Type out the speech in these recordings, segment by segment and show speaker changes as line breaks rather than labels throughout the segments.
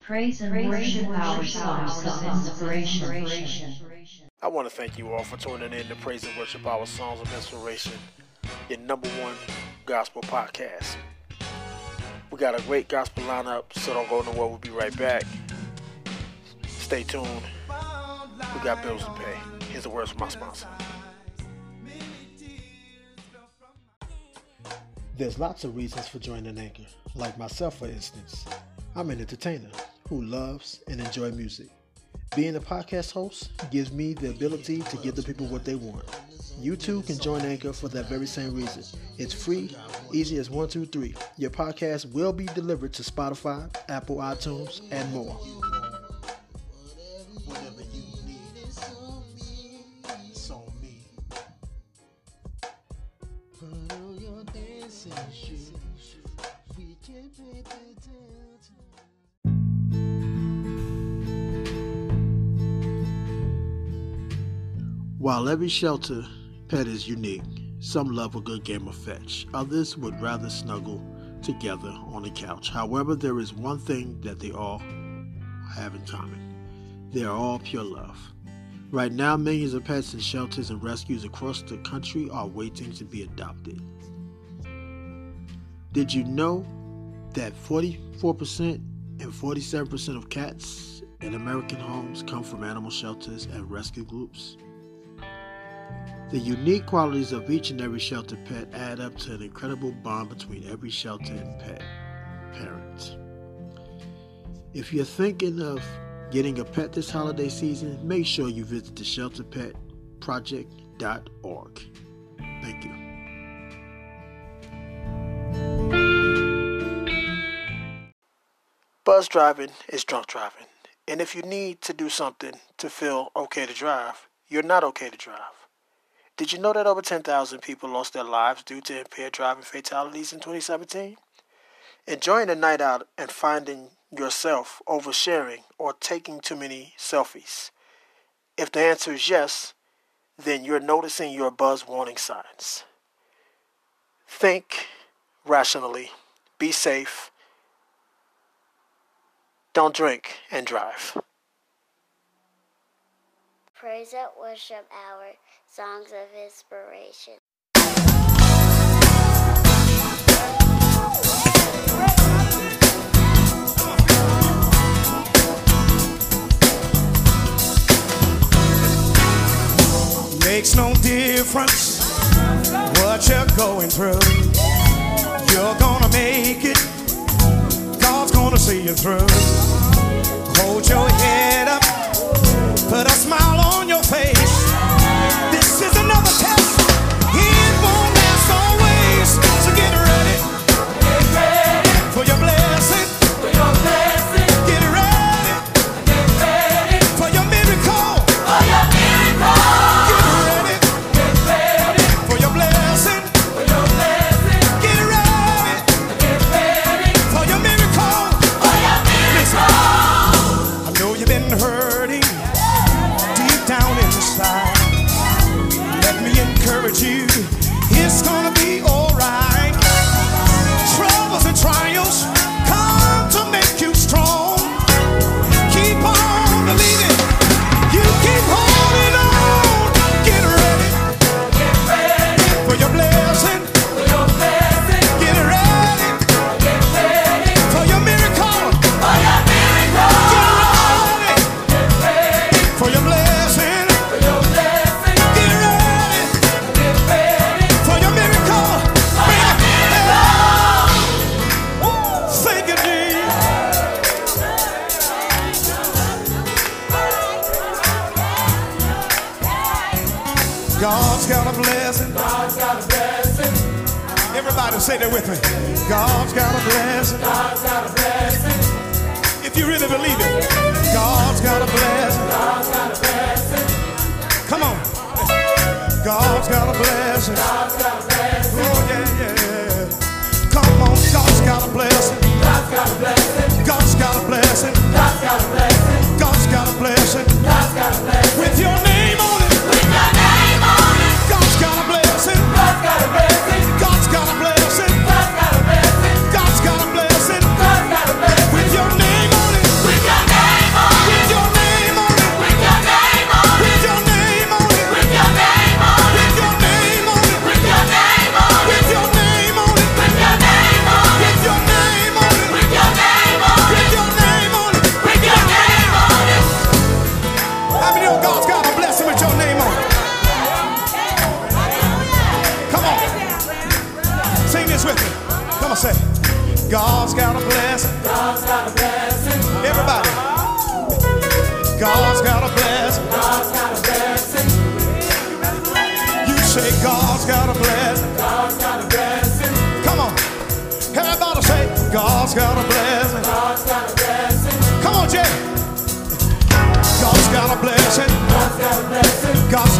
Praise and worship our songs of inspiration.
I want to thank you all for tuning in to Praise and Worship Our Songs of Inspiration, your number one gospel podcast. We got a great gospel lineup, so don't go nowhere. We'll be right back. Stay tuned. We got bills to pay. Here's the words from my sponsor. There's lots of reasons for joining Anchor, like myself, for instance. I'm an entertainer who loves and enjoy music. Being a podcast host gives me the ability to give the people what they want. You too can join Anchor for that very same reason. It's free, easy as one, two, three. Your podcast will be delivered to Spotify, Apple iTunes, and more. While every shelter pet is unique, some love a good game of fetch, others would rather snuggle together on a couch. However, there is one thing that they all have in common they are all pure love. Right now, millions of pets in shelters and rescues across the country are waiting to be adopted. Did you know that 44% and 47% of cats in American homes come from animal shelters and rescue groups? The unique qualities of each and every shelter pet add up to an incredible bond between every shelter and pet parents. If you're thinking of getting a pet this holiday season, make sure you visit the shelterpetproject.org. Thank you. Bus driving is drunk driving. And if you need to do something to feel okay to drive, you're not okay to drive. Did you know that over 10,000 people lost their lives due to impaired driving fatalities in 2017? Enjoying a night out and finding yourself oversharing or taking too many selfies? If the answer is yes, then you're noticing your buzz warning signs. Think rationally, be safe, don't drink and drive.
Praise and worship our songs of inspiration.
Makes no difference what you're going through. You're gonna make it. God's gonna see you through. Hold your head up. Put a smile on your face. This is another test. It won't last always. So get ready. For your blessing. Get ready. For your miracle. Get ready. For your blessing. Get ready. For your miracle. Listen. I know you've been hurting deep down inside. Let me encourage you, it's gonna be alright. Troubles and trials come to make you strong. Keep on believing, you keep holding on. Get ready for your blessing. Get ready for your miracle. Get ready for your blessing. Get ready for your miracle. Bring it. Hey. Woo. Thank you, Jesus. God's got a blessing. Everybody say that with me. God's got a blessing. If you really believe it, God's got a blessing. Come on. God's got a blessing. Oh, yeah, yeah, yeah. Come on, God's got a blessing. God's got a blessing. God's got a blessing. With your name on it. God's got a blessing. God's got a blessing. God's got a blessing. With your name on it. God's got a blessing. God's got a blessing. You say God's got a blessing. God's got a blessing. Come on. Everybody say God's got a blessing. God's got a blessing. Come on, Jay. God's got a blessing. God's got a blessing. God's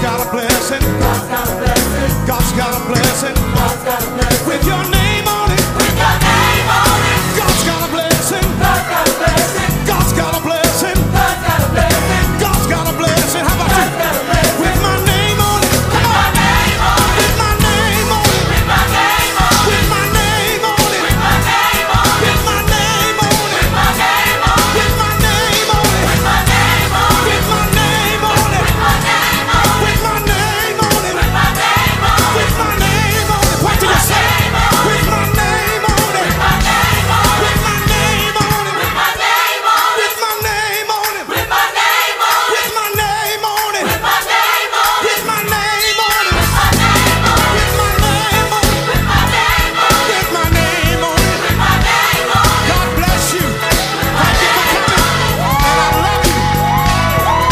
got a blessing. With your name on it. God's got a blessing. God's got a blessing. God's got a blessing. How about you? With my name on it. Come on. With my name on it. With my name on it. With my name on it. With my name on it. With my name on it. With my name on it. With my name on it. What did you say? With my name on it. With my name on it. With my name on it. With my name on it. With my name on it. With my name on it. With my name on it. God bless you. Thank you for coming. And I love you.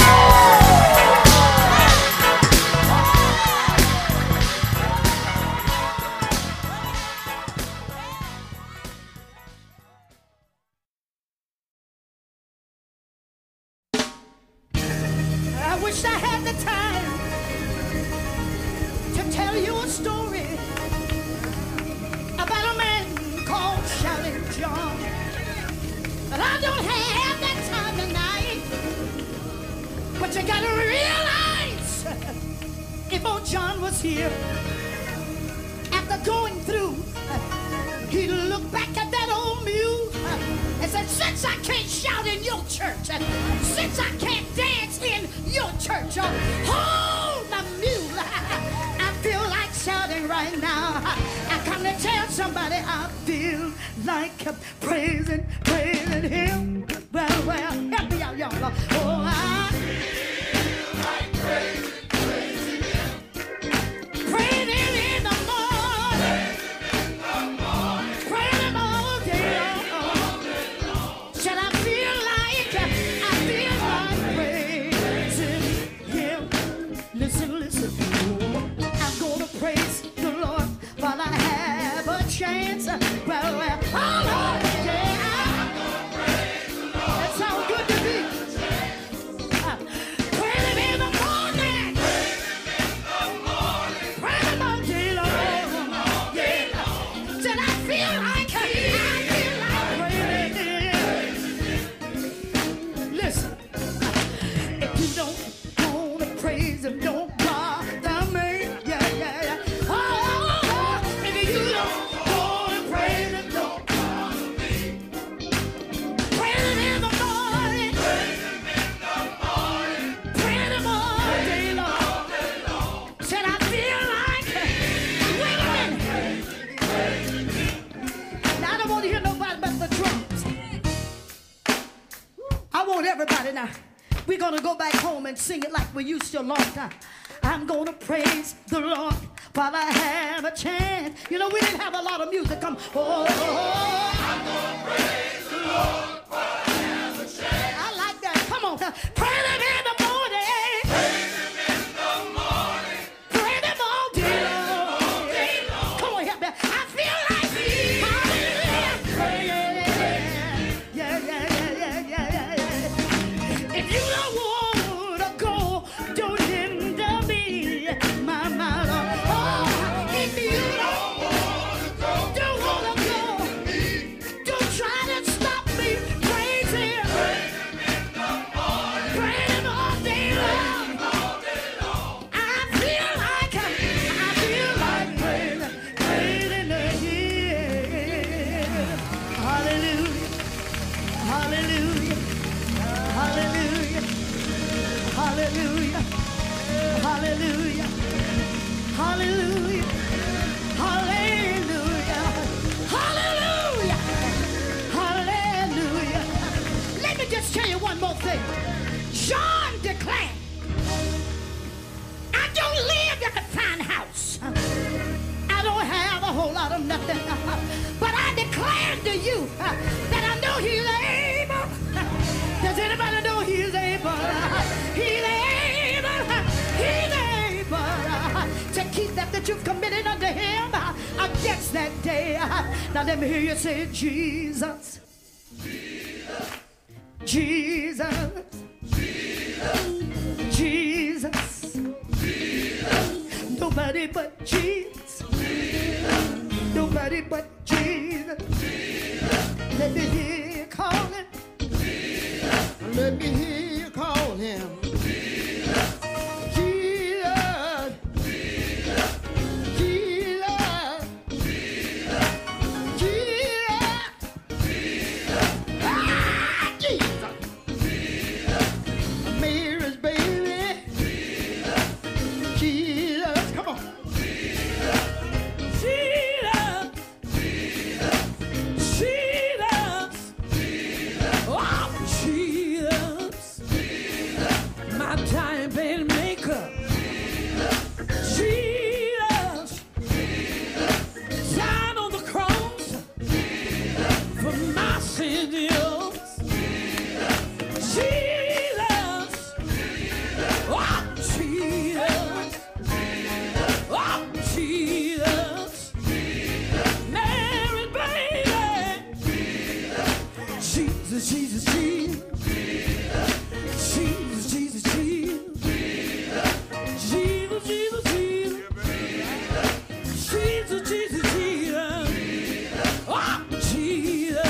I wish I had the time to tell you a story about a man called Shelly John. But I don't have that time tonight. But you gotta realize if old John was here, after going through, he looked back at that old mule and said, Since I can't shout in your church, since I can't dance in your church, hold my mule. I feel like shouting right now. I come to tell somebody I feel like praising, praising him. Well, well, help me out, y'all. Oh, I feel like praising, praising him. Praising in the morning. Praying all day long. Said I feel like I feel like praising Him. Listen, listen. I'm gonna praise the Lord while I have a chance. Well, well, oh Lord, yeah. That's how good to be. Uh, praying in the morning. Praying all day long. Yeah. Said I feel like I feel like praying. Listen, if you don't wanna praise him, don't bother me. Yeah, yeah, yeah. Oh, if you don't wanna praise him, don't bother me. Praying in the morning, praying him all day long. Said I feel like wait a minute. Now, I don't want to hear nobody but the drums. I want everybody now. We're gonna go back home and sing it like we used to a long time. I'm gonna praise the Lord while I have a chance. You know, we didn't have a lot of music. Come, oh, I'm gonna praise the Lord while I have a chance. I like that. Come on, now. praise Him in the morning. Praise Him all day long. Come on, help me. I feel like hallelujah. Yeah, yeah, yeah, yeah, yeah, yeah. If you don't want to go, don't hinder me, my my love. Oh, if you don't want to go, don't want to go, don't try to stop me. Praise Him, praise Him all day long. I feel like I feel like praise, praise in the Hallelujah, Hallelujah. Hallelujah. Hallelujah. Hallelujah. Hallelujah. Hallelujah. Hallelujah. Hallelujah. Let me just tell you one more thing. John declared, I don't live in a fine house. I don't have a whole lot of nothing. But I declare to you uh, that I know he's able. Does anybody know he's able? that you've committed unto him uh, against that day. Uh, Now let me hear you say, Jesus. Jesus. Jesus. Jesus. Nobody but Jesus. Nobody but Jesus. Let me hear you calling. Let me hear you call him. Jesus. Jesus. Jesus. Ah, Jesus. Mary's baby. Jesus. Come on. Jesus. Jesus. Oh, Jesus, my time been maker. Jesus, died on the cross for my sins. Jesus, oh, Jesus, oh, Jesus, Mary, baby. Jesus, Jesus, Jesus. Jesus, Jesus, Jesus. Jesus, Jesus, Jesus. Jesus, Jesus, Jesus. Ah, Jesus.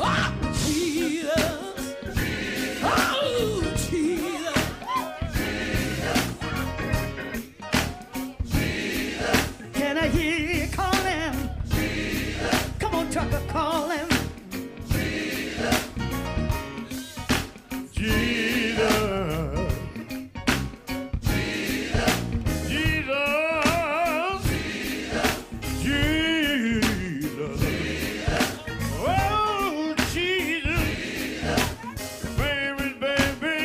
Ah, Jesus. Oh, Jesus. Can I hear you calling? Come on, trucker, call him.
Jesus. Jesus. Jesus. Oh, Jesus. Baby, baby.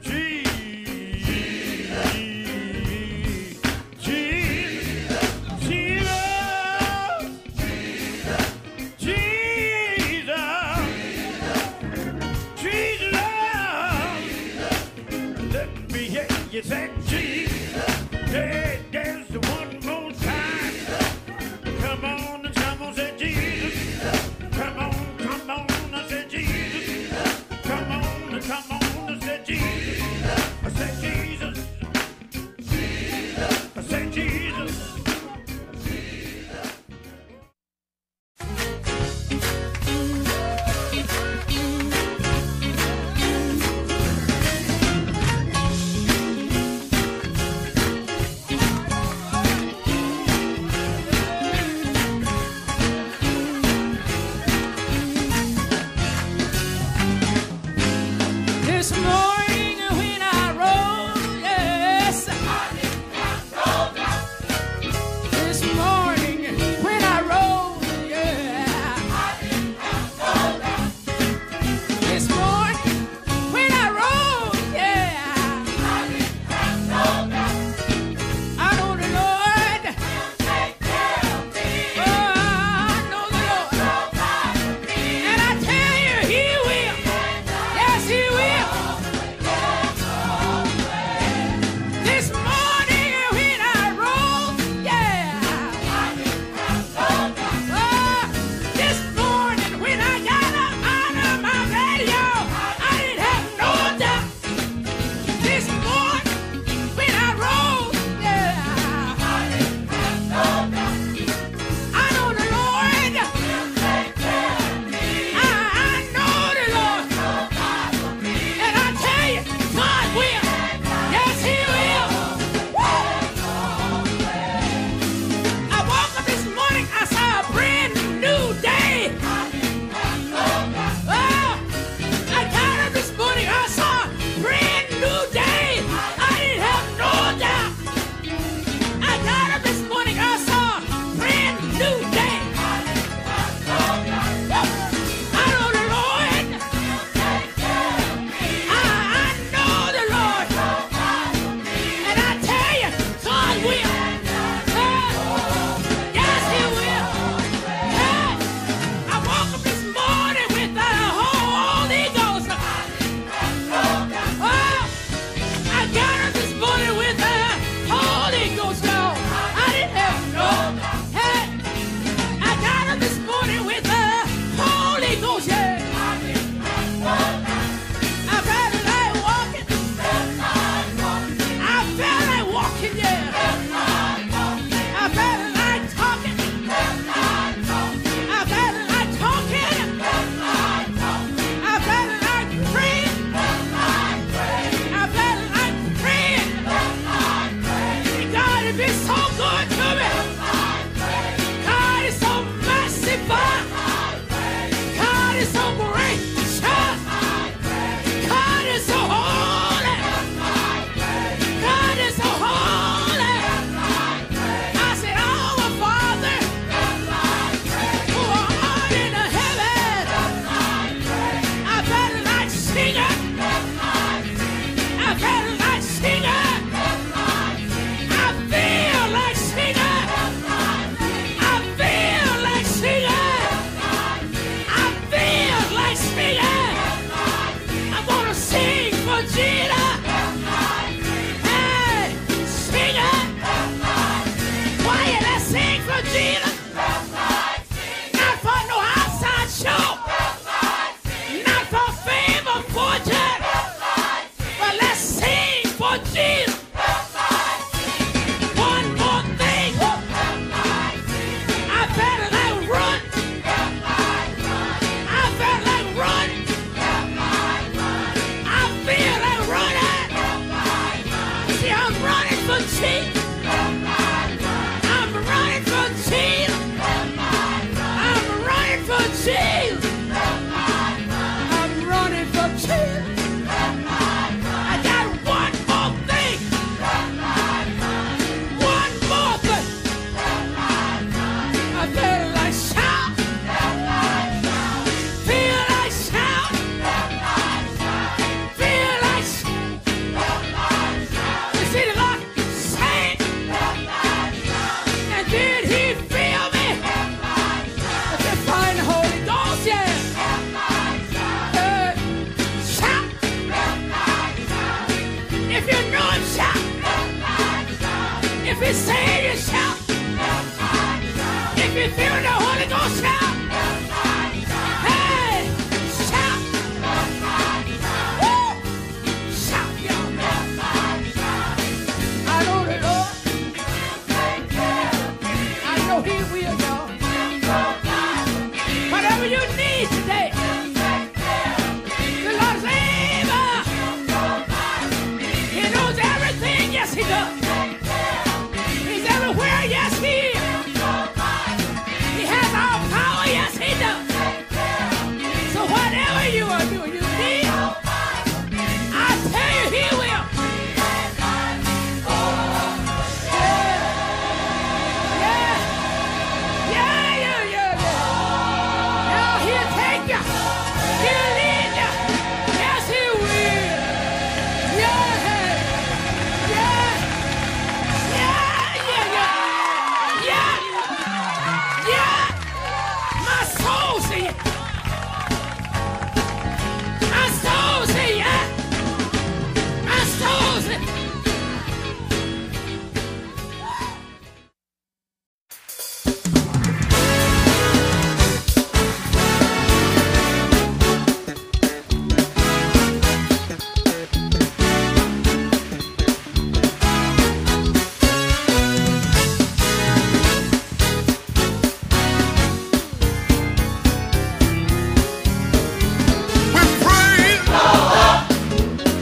Jesus. Jesus. Jesus. Jesus. Jesus, let me hear you say Jesus. Hey, dance one more time. Come on and come on, say Jesus. Come on, come on and say Jesus. Come on and come on and say Jesus. I say Jesus. I say Jesus.
This morning when I rose, yes. This morning when I rose, yeah. This morning when I rose, yeah. I know the Lord. Oh, I know the Lord. And I tell you, He will. Yes, He will. Uh, é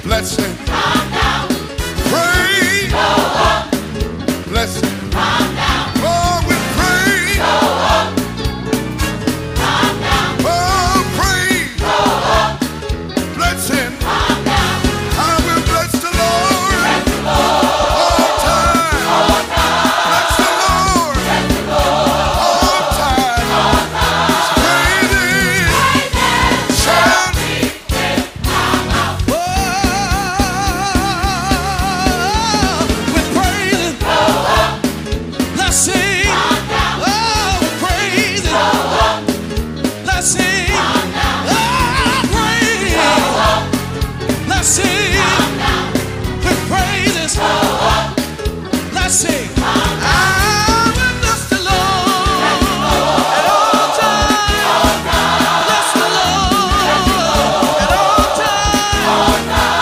Blessing. Pray. Blessing. Oh, we pray. Oh, pray. Blessing. I will bless the Lord all time. Bless the Lord all time.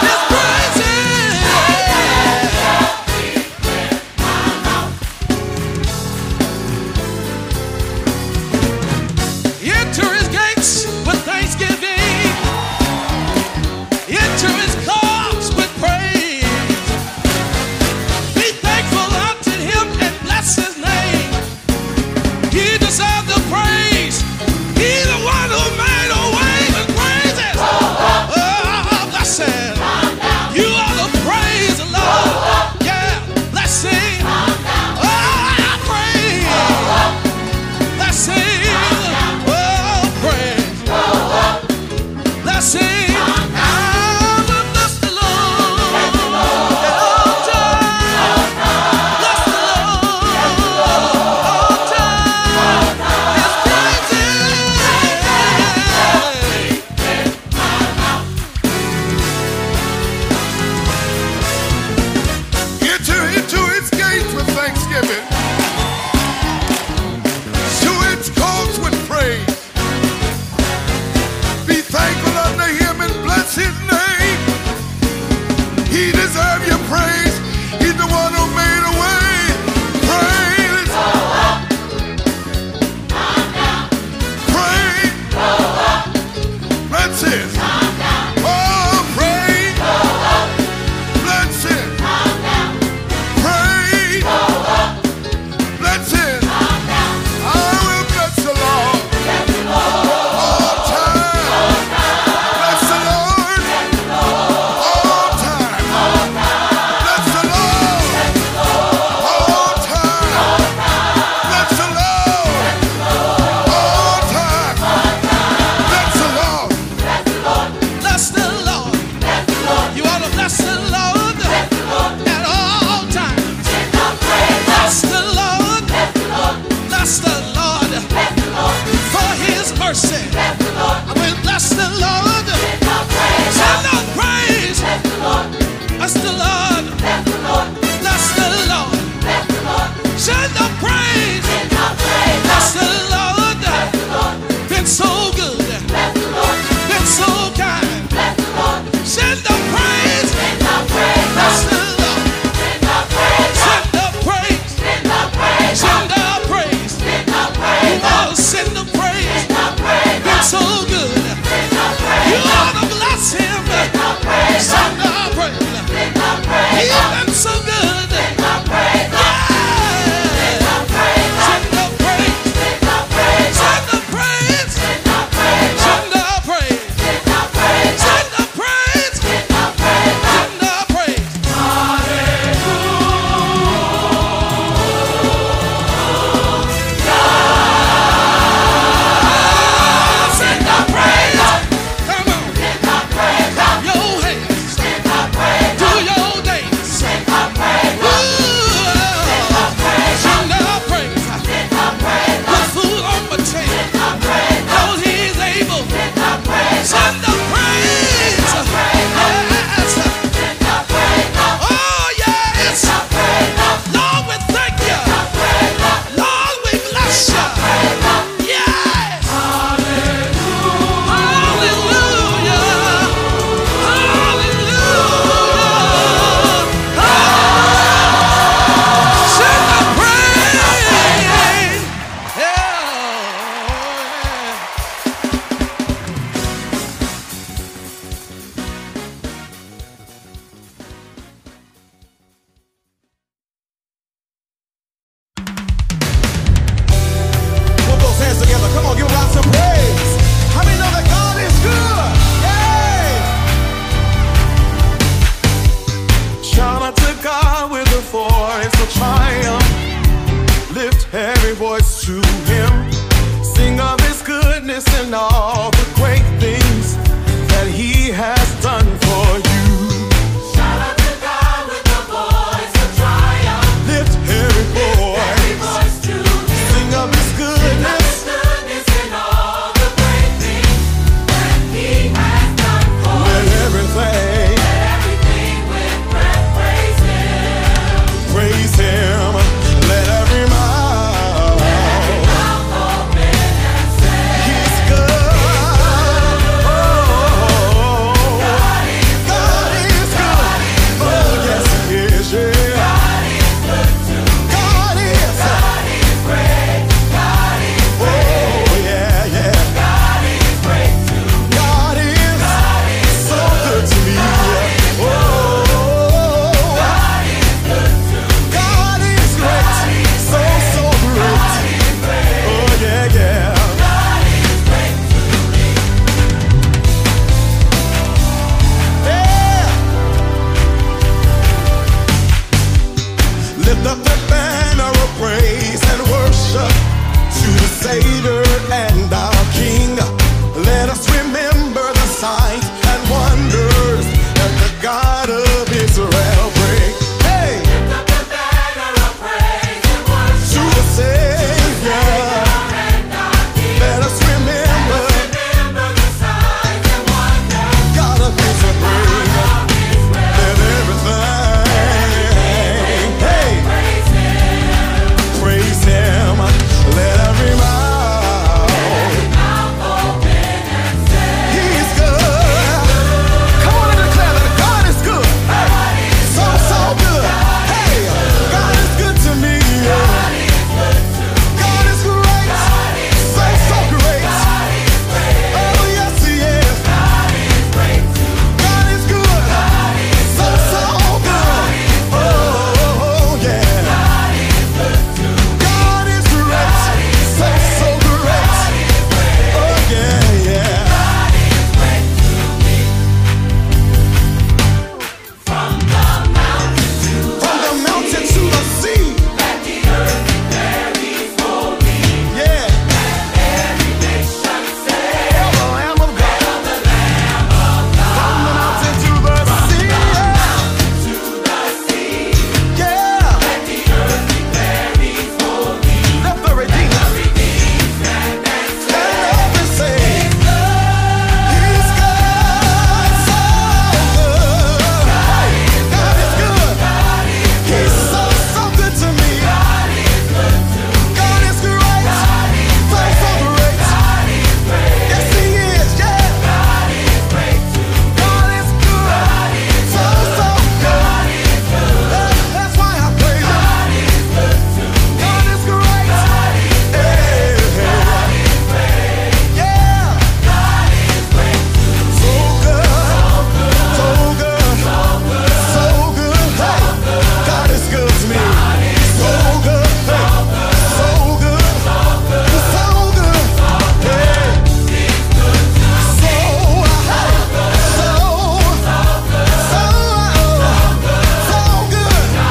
His praises shall Oh,
Oh, Oh,
Oh,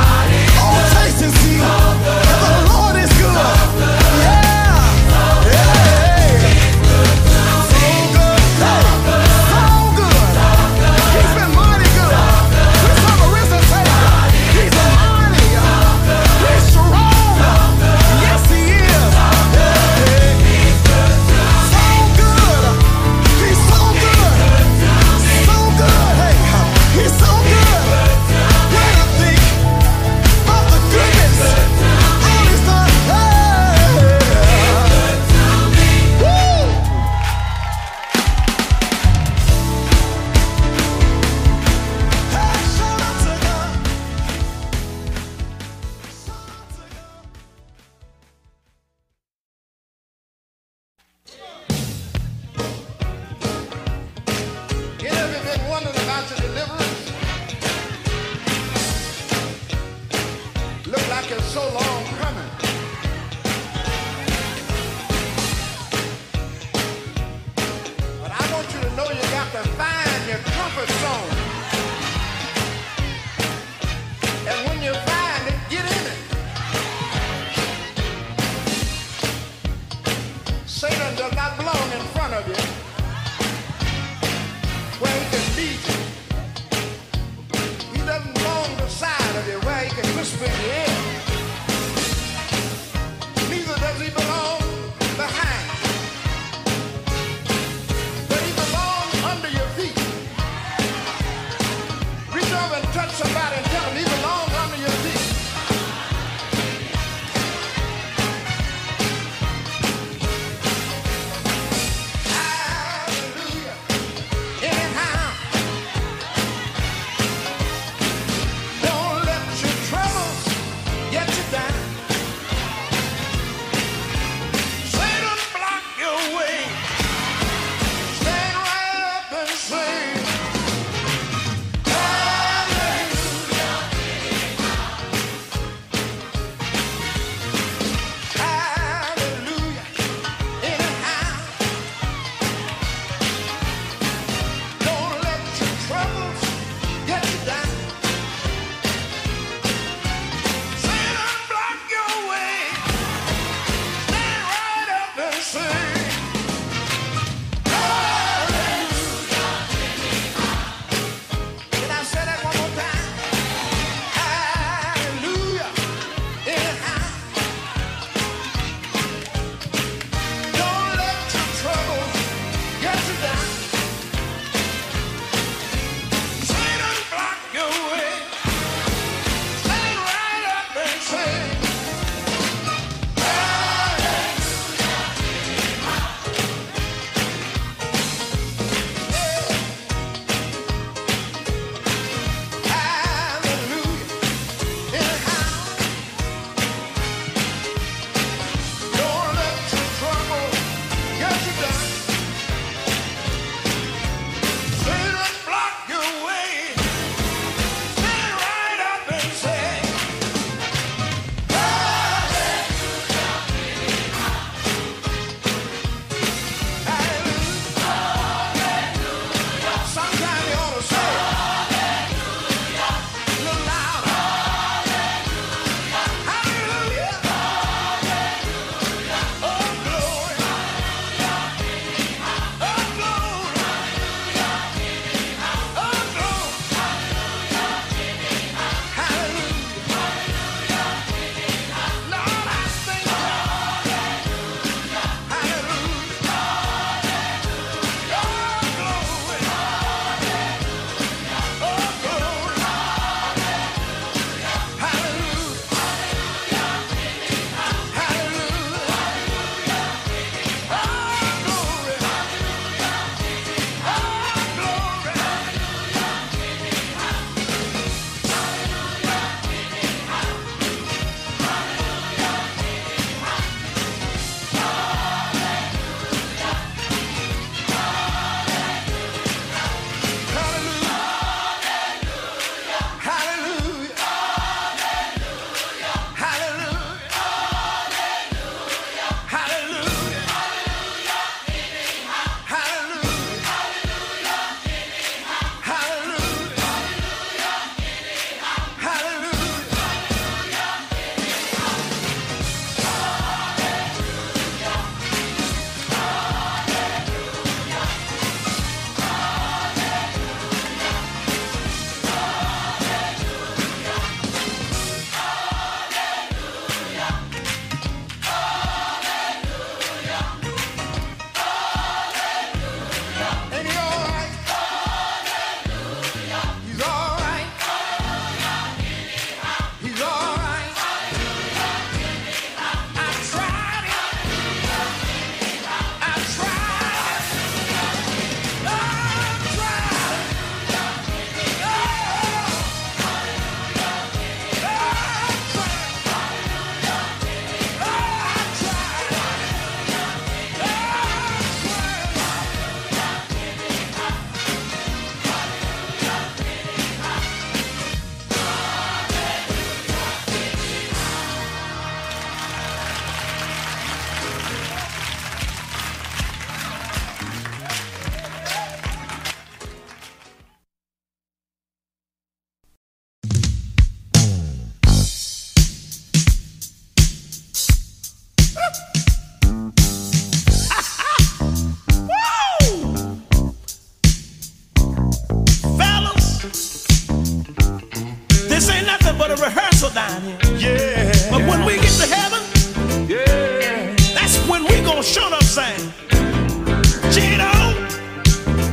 Oh, Oh, uh,
so long coming. But I want you to know you got to find your comfort zone. And when you find it, get in it. Satan does not belong in front of you where he can beat you. He doesn't belong beside of you where he can whisper in your ear. Neither does he belong behind. But he belongs under your feet.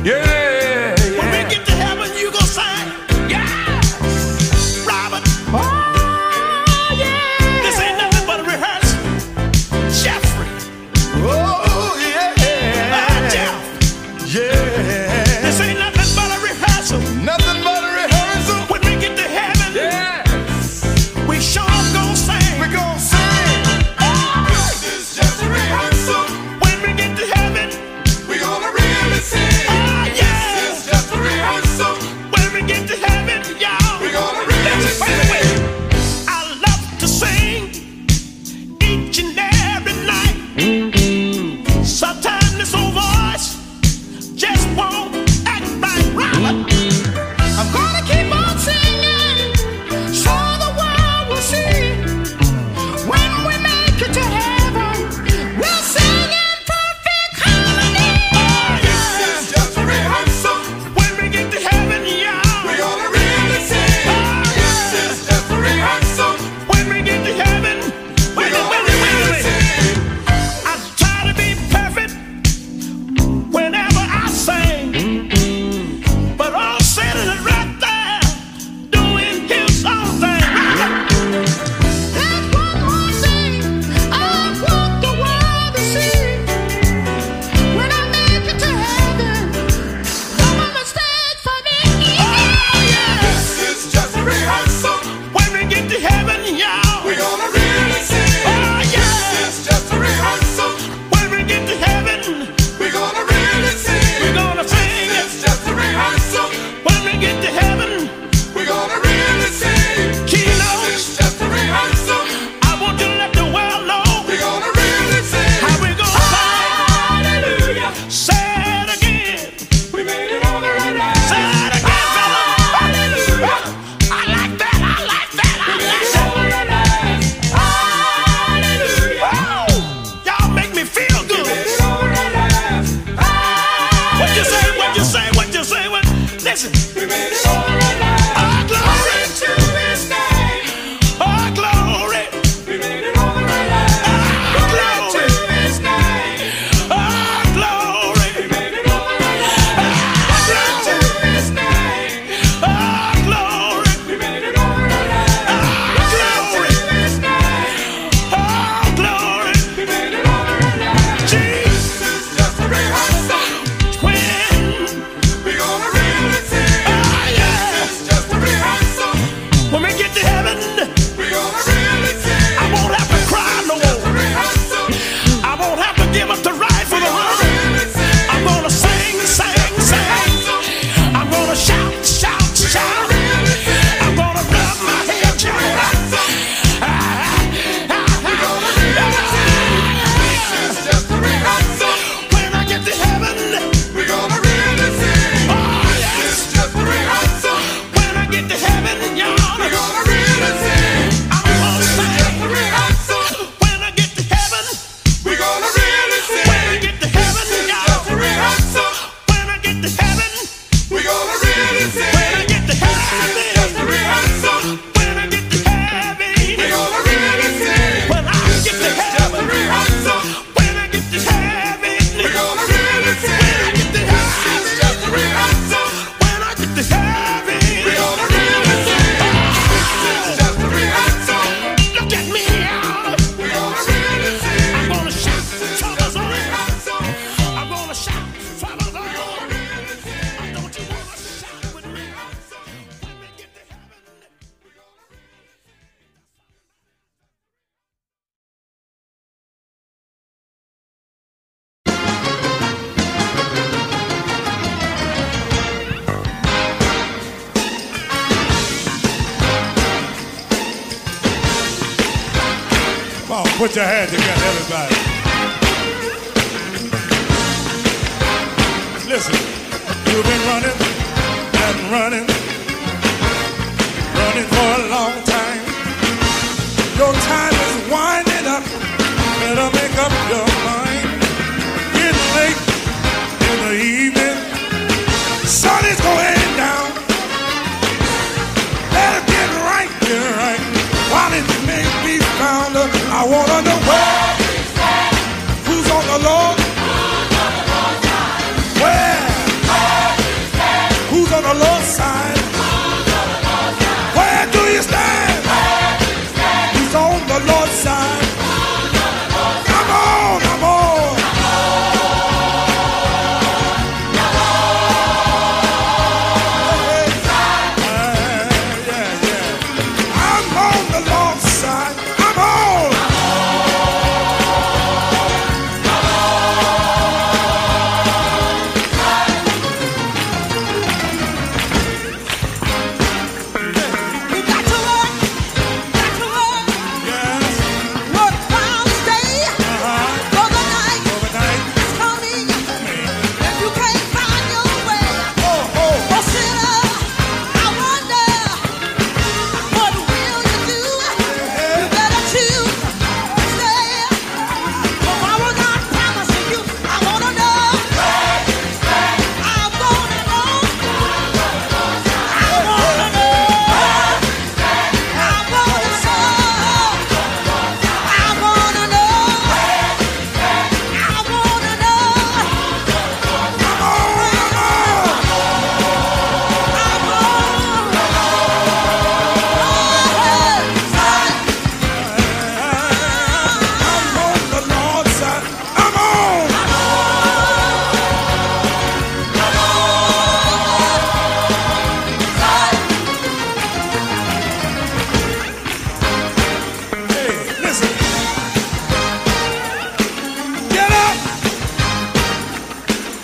Yeah.
When we get to heaven, you gonna sing. Yeah. Robert. Oh, yeah. This ain't nothing but a rehearsal. Jeffrey.
Oh,
Ah,
yeah.
Jeff.
Yeah.
This ain't nothing but a rehearsal.
Nothing but a rehearsal.
When we get to heaven,
Yeah.
we sure gonna sing.
We're gonna sing.
Oh,
This is just a rehearsal.
when we get to heaven,
We gonna really sing.
Ah, yeah.
This is just a rehearsal.
when we get to heaven, y'all.
We gonna really
Let's- wait, wait, wait. I love to sing each and every night. Sometimes this old voice just won't act right, Robert. I'm gonna keep on singing so the world will see. When we make it to heaven, we'll sing in perfect harmony. Oh,
This is just a rehearsal.
When we get to heaven, y'all.
We gonna really sing.
Oh,
This is just a rehearsal.
when we get to heaven,
We
wait a minute, wait
gonna
a minute,
really
wait a minute.
sing.
I try to be perfect whenever I sing, but all sitting right there doing his own thing. There's one more thing I want the world to see. When I make it to heaven, no mama stand for me. Oh yeah,
This is just a rehearsal.
when we get to heaven, y'all.
We gonna really sing.
Oh yeah,
This is just a rehearsal.
when we get to heaven.
We gonna really sing.
We're gonna sing
This is just a rehearsal.
when we get to heaven.
We're gonna really sing.
Keynote,
It's just a rehearsal.
I want you to let the world know
We're gonna really sing.
how we gonna sing. Hallelujah. Say it again.
We made it on the right now.
Say it again, fella. Hallelujah. I like that. I like that. I like that. Hallelujah. Oh, y'all make me feel good. What you say? What you say? What you say? What? Listen. Oh, glory to His name. Oh, glory. Oh, glory. Oh, glory. Oh, glory. Glory. Oh, glory. Jesus. When, oh, yeah. When we get to heaven, I won't have to cry no more. I won't have to give up the right for the wrong. I'm gonna sing, sing, sing. I'm gonna shout, shout, shout. I'm gonna rub my head, y'all. When I get to heaven, oh, yes. When I get to heaven, y'all. I'm gonna sing. When I get to heaven,
We're gonna really sing.
when I get to heaven,
Just a
y'all.
rehearsal.
When I get to heaven,
We're gonna really sing.
when I get to
Just a
heaven,
rehearsal.
when I get to
We're
heaven,
gonna really sing.
when I get to
Just a
heaven,
rehearsal.
when I get to heaven,
We're gonna really
when I
sing.
get to
This
heaven,
is just a rehearsal.
when I get to
We're
heaven,
gonna really sing. This is just a rehearsal.
look at me, y'all.
We're gonna really sing.
I'm gonna shout, troubles on.
Rehearsal.
I'm gonna shout, troubles on. I don't you wanna shout with me? When we get to heaven.
Come on, put your hands together, everybody. Listen, you've been running and running, running for a long time. Your time is winding up. Better make up your mind. It's late in the evening. Sun is going down. Better get right, get right. While it may be found, I wanna know where. Who's on the Lord? Where? Where?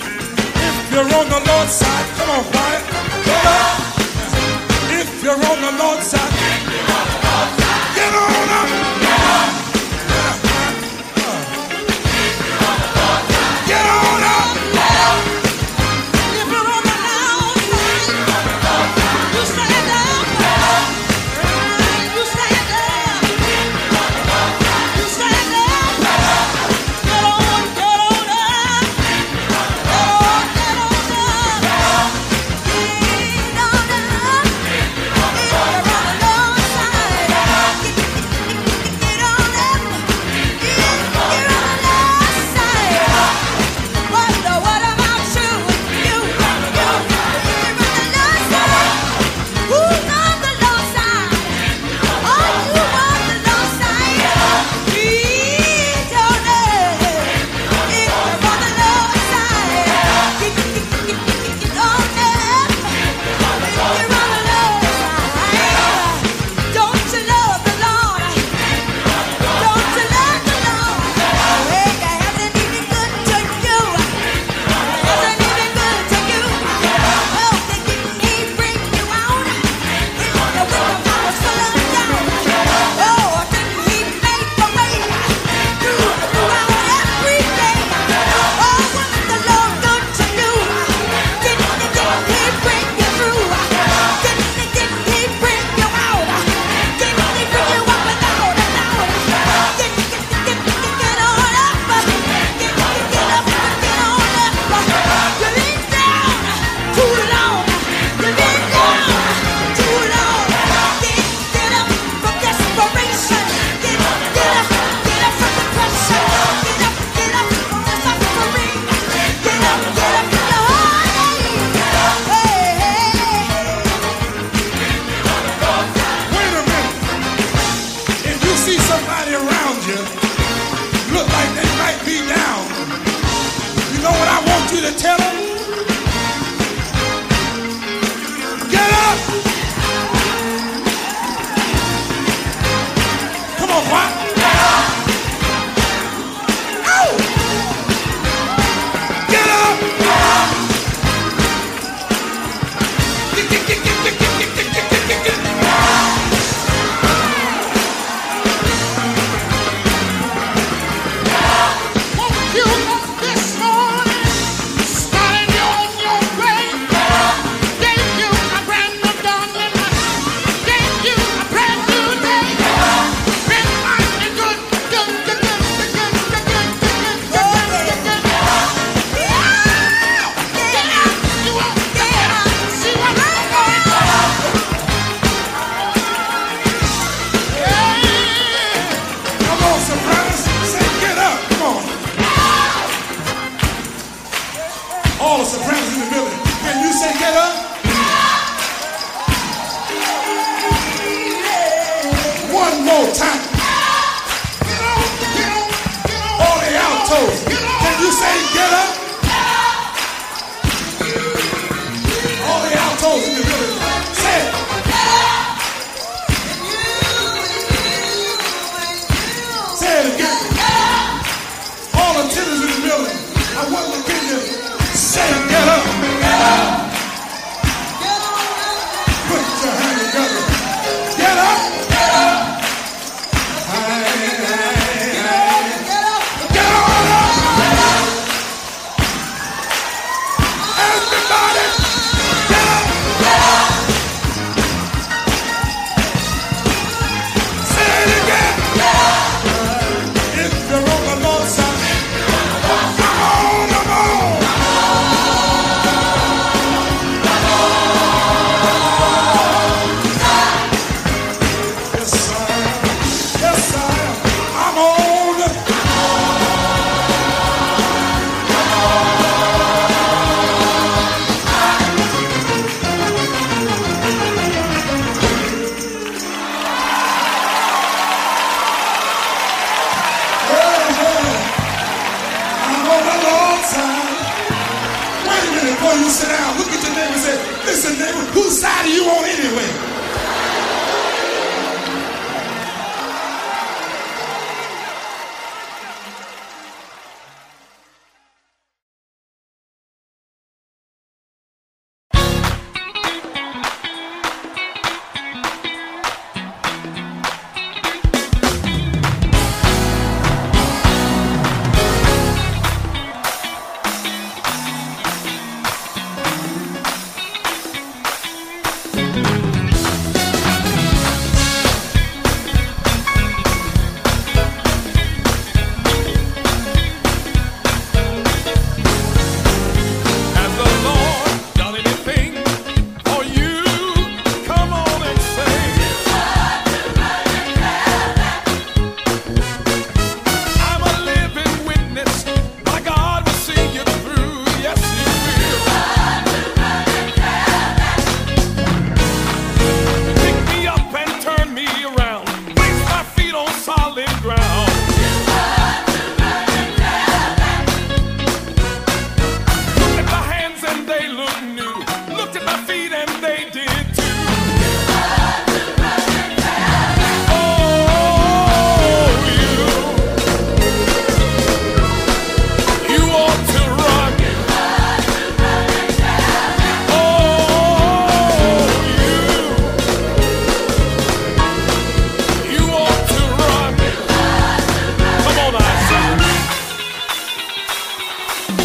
on the Lord's side, come on, quiet. Come on. If you're on the Lord's side, get on up. Get on up.
Yeah.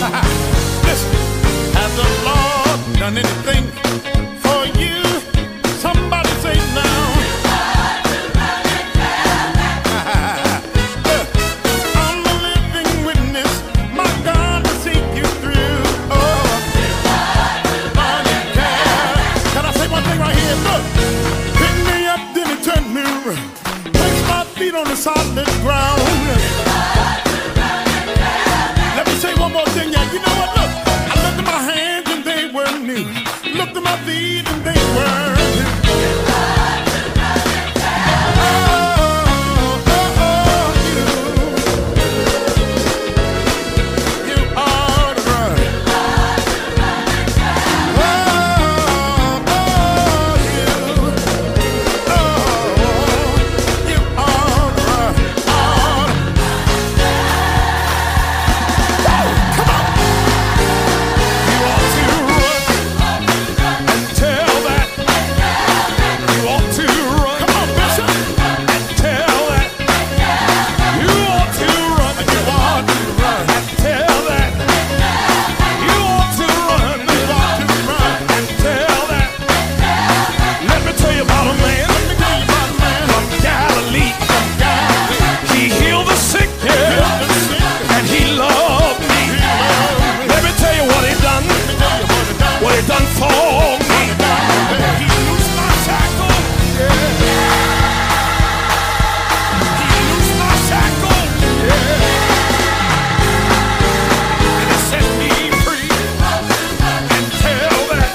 Oh, Oh, done anything for you. Somebody say now. I'm a living witness. My God will see you through. Oh, nobody cares. Can I say one thing right here? Look, pick me up, then he turned me. around. Place my feet on the solid ground. Let me say one more thing, yeah. You know what? Look, I looked at my hands and they were new. Looked at my feet and they were new. Oh, oh, oh, you. You are the one. Oh, oh, you. Oh, you are the one. Are the And he loved me. Let me tell you what he done. What he done for me. He loosed my shackles. He loosed my shackles. And he set me free. And tell that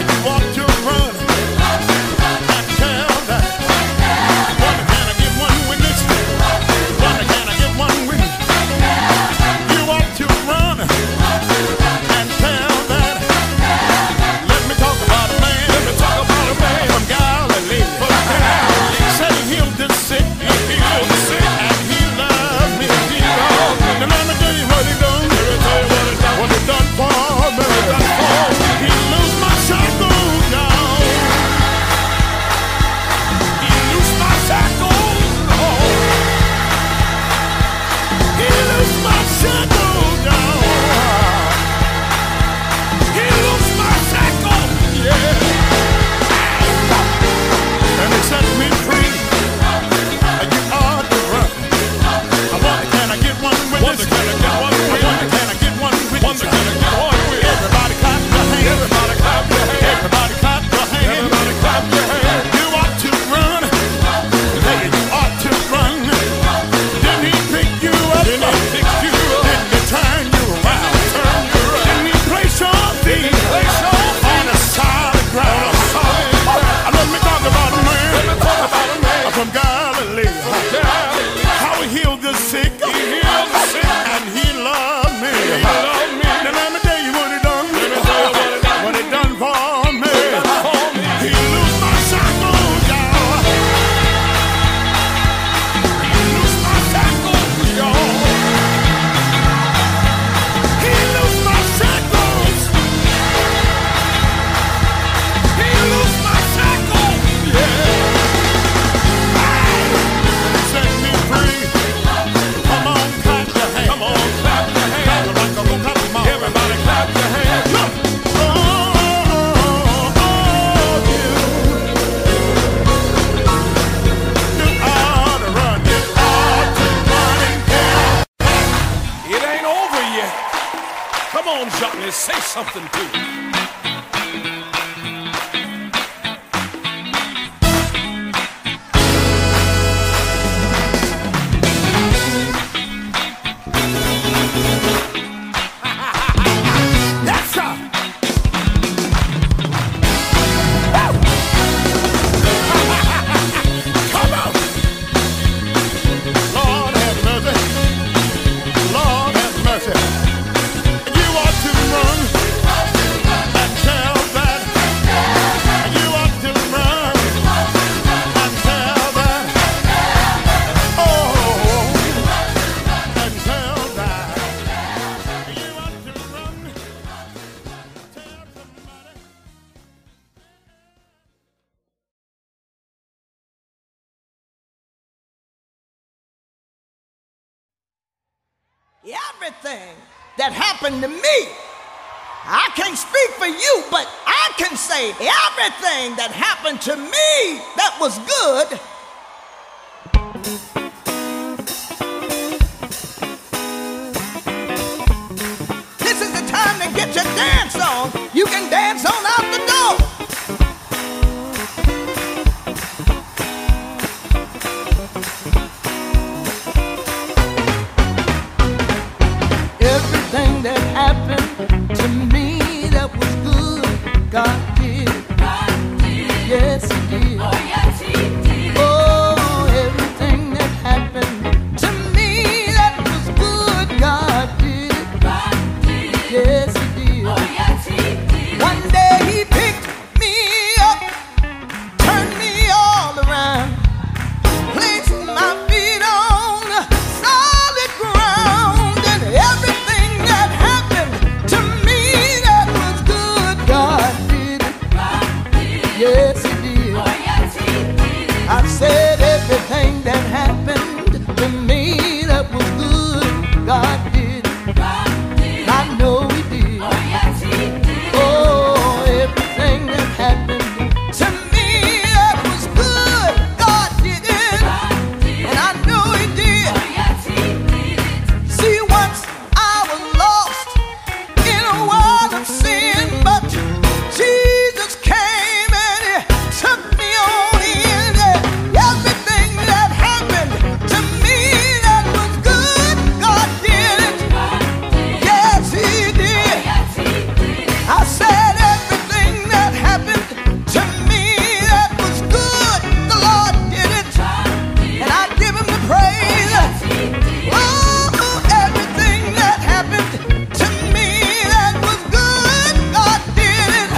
you want to run. And tell that. Brother, can I get one witness? Brother, can I get one witness? You want to run and tell that. Let me talk about a man. Let me talk about a man from Galilee. From Galilee. Said he healed the sick. He healed the sick. And he loved me. He loved me. And let me tell you what he done. Let me tell you what he done. What he done for me. What he done for me. He loosed my shackles now. He loosed my shackles. Oh. He looks my shackle down. He looks my shackle, yeah. And he set me free. And you are the rock. I wonder can I get one with Wonder can I get one with Wonder can I get one with Wonder can I get one with Everybody clap your hands. Everybody clap your hands. Everybody clap your hands. Everybody clap your hands. You ought to run. Hey, you ought to run. Then he pick you up. Then he pick you up. Then he turn you around. Turn you around. Then he place your feet. Place your feet on a solid ground. On a solid ground. Let me talk about a man. Let me talk about a man from Galilee. From Galilee. How he healed the sick. He healed the sick. And he loved me. He loved me. Now let me tell you what he done. Let me tell you what he done. What he done for me. He loosed my shackles, y'all. He loosed my shackles, y'all. He loosed my shackles. He loosed my shackles, yeah. Hey, set me free. Come on, clap your hands. Come on, clap your hands. Everybody, clap your hands. Look, oh, you. It ain't over yet. Come on, Johnny, say something, please. Yes, sir. Woo! Come on. Lord have mercy. Lord have mercy. You ought to run and tell that. You ought to run and tell that. Oh, and tell that. You ought to run and tell somebody.
Everything that happened to me,
I can't speak for you, but I can say everything that happened to me that was good. This is the time to get your dance on. You can dance on out the door. Everything that happened to me that was good, God did. Yes, He did. Oh, yes, He did. Oh, everything that happened to me that was good, God did. Yes, He did. Oh, yes, He did. One day He picked me up, turned me all around, placed my feet on solid ground, and everything that happened to me that was good, God did. Yes, He did. I said everything that happened to me that was good, God did. I know He did. Oh, everything that happened to me that was good, God did it. And I know He did. See, once I was lost in a world of sin, but Jesus came and He took me on in. And everything that happened to me that was good, God did it. Yes, He did. I said everything that happened to me that was good, the Lord did it. And I give Him the praise. Oh, everything that happened to me that was good, God did it.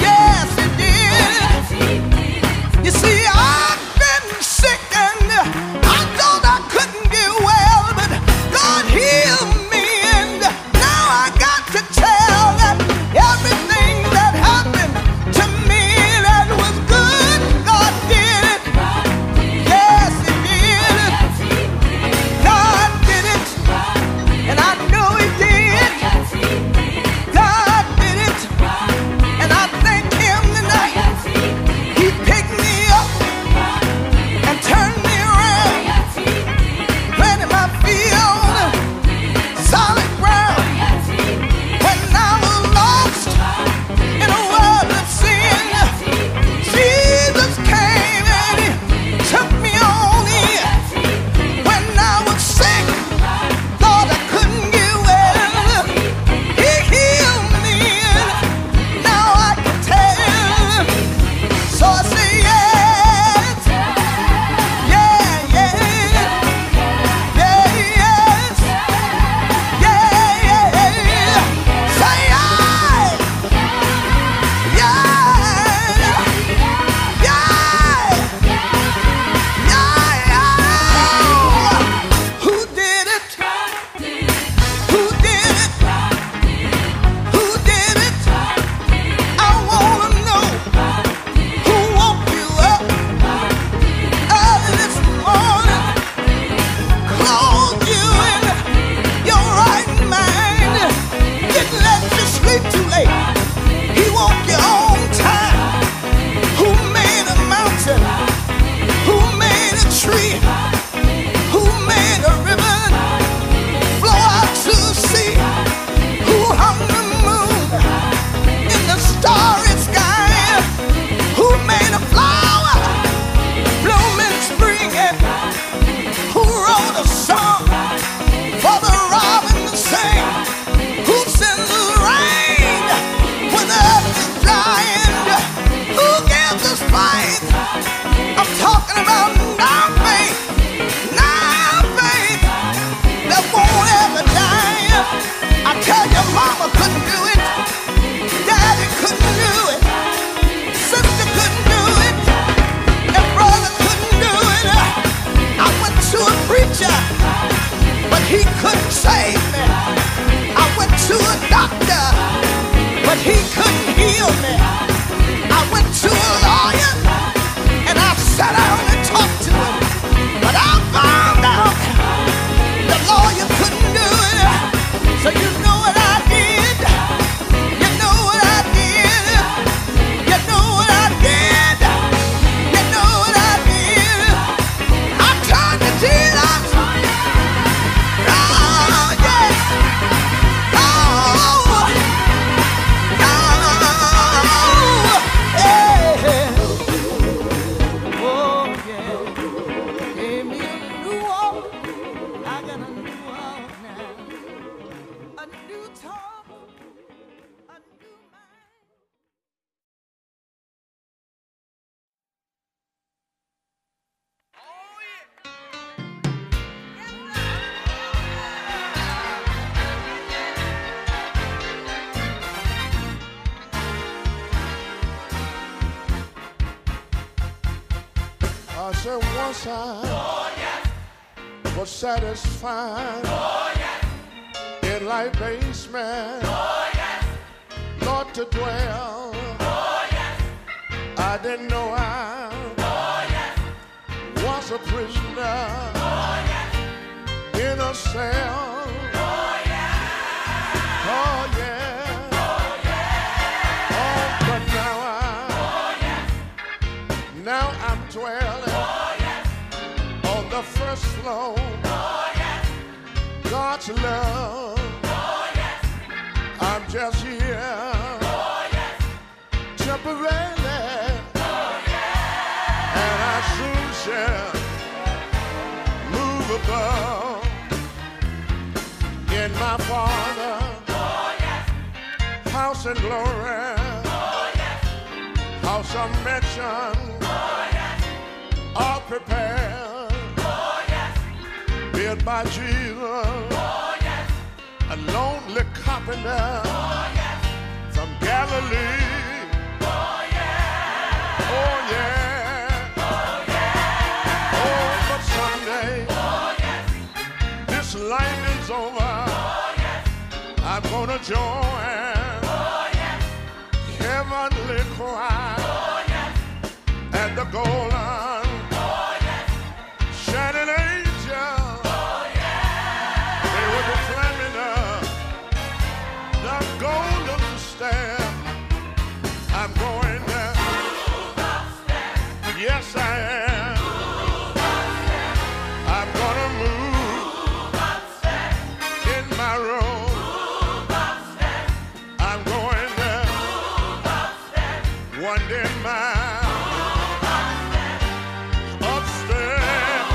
Yes, He did. You see, I've been sick and I thought I couldn't get well, but God healed me, and now I got to tell that everything that happened to me that was good, God did it. Yes, He did. God did it, and I know He did. God did it, and I thank Him tonight. He picked me up and turned me around, planted my feet on solid ground. When I was lost in a world of sin, Jesus came and He took me on in. When I was sick, Lord, I couldn't get well. He healed me, and now I can tell. So I say yes, yeah, yeah, yeah, yes, yeah, yeah. Say aye, yeah, yeah, yeah, yeah. Who did it? Who did it? Who did it? I wanna know who woke you up early this morning, clothed you in your right mind, didn't let you sleep too late. He woke you on time. Who made a mountain? Who made a tree? Who made a river flow out to the sea? Who hung the moon in the starry sky? Who made a flower bloom in spring? And who wrote a song for the robin to sing? Who sends the rain when the earth is dry? And who gives us faith? I'm talking about now faith, now faith that won't ever die. I tell you, mama couldn't do it, daddy couldn't do it, sister couldn't do it, and brother couldn't do it. I went to a preacher, but he couldn't save me. I went to a doctor, but he couldn't heal me. I went to a lawyer, and I sat down and talked to him, but I found out the lawyer couldn't do it. So you know what I did? Ah,
I said once I was satisfied. In life basement. Lord to dwell. I didn't know I was a prisoner in a cell. Oh yeah. Oh, but now I, now I'm dwelling on the first floor. God's love. I'm just here temporarily, and I soon shall move above in my Father house and glory. House of mansion. All prepared. Built by Jesus. A lonely carpenter. From Galilee. Oh yeah. Oh, but someday this life is over. I'm gonna join heavenly choir at the Golan. Shining angel, they were proclaiming uh, the golden staff. I'm going there. Yes, I am. I'm gonna move in my room. I'm going there. One day my upstairs.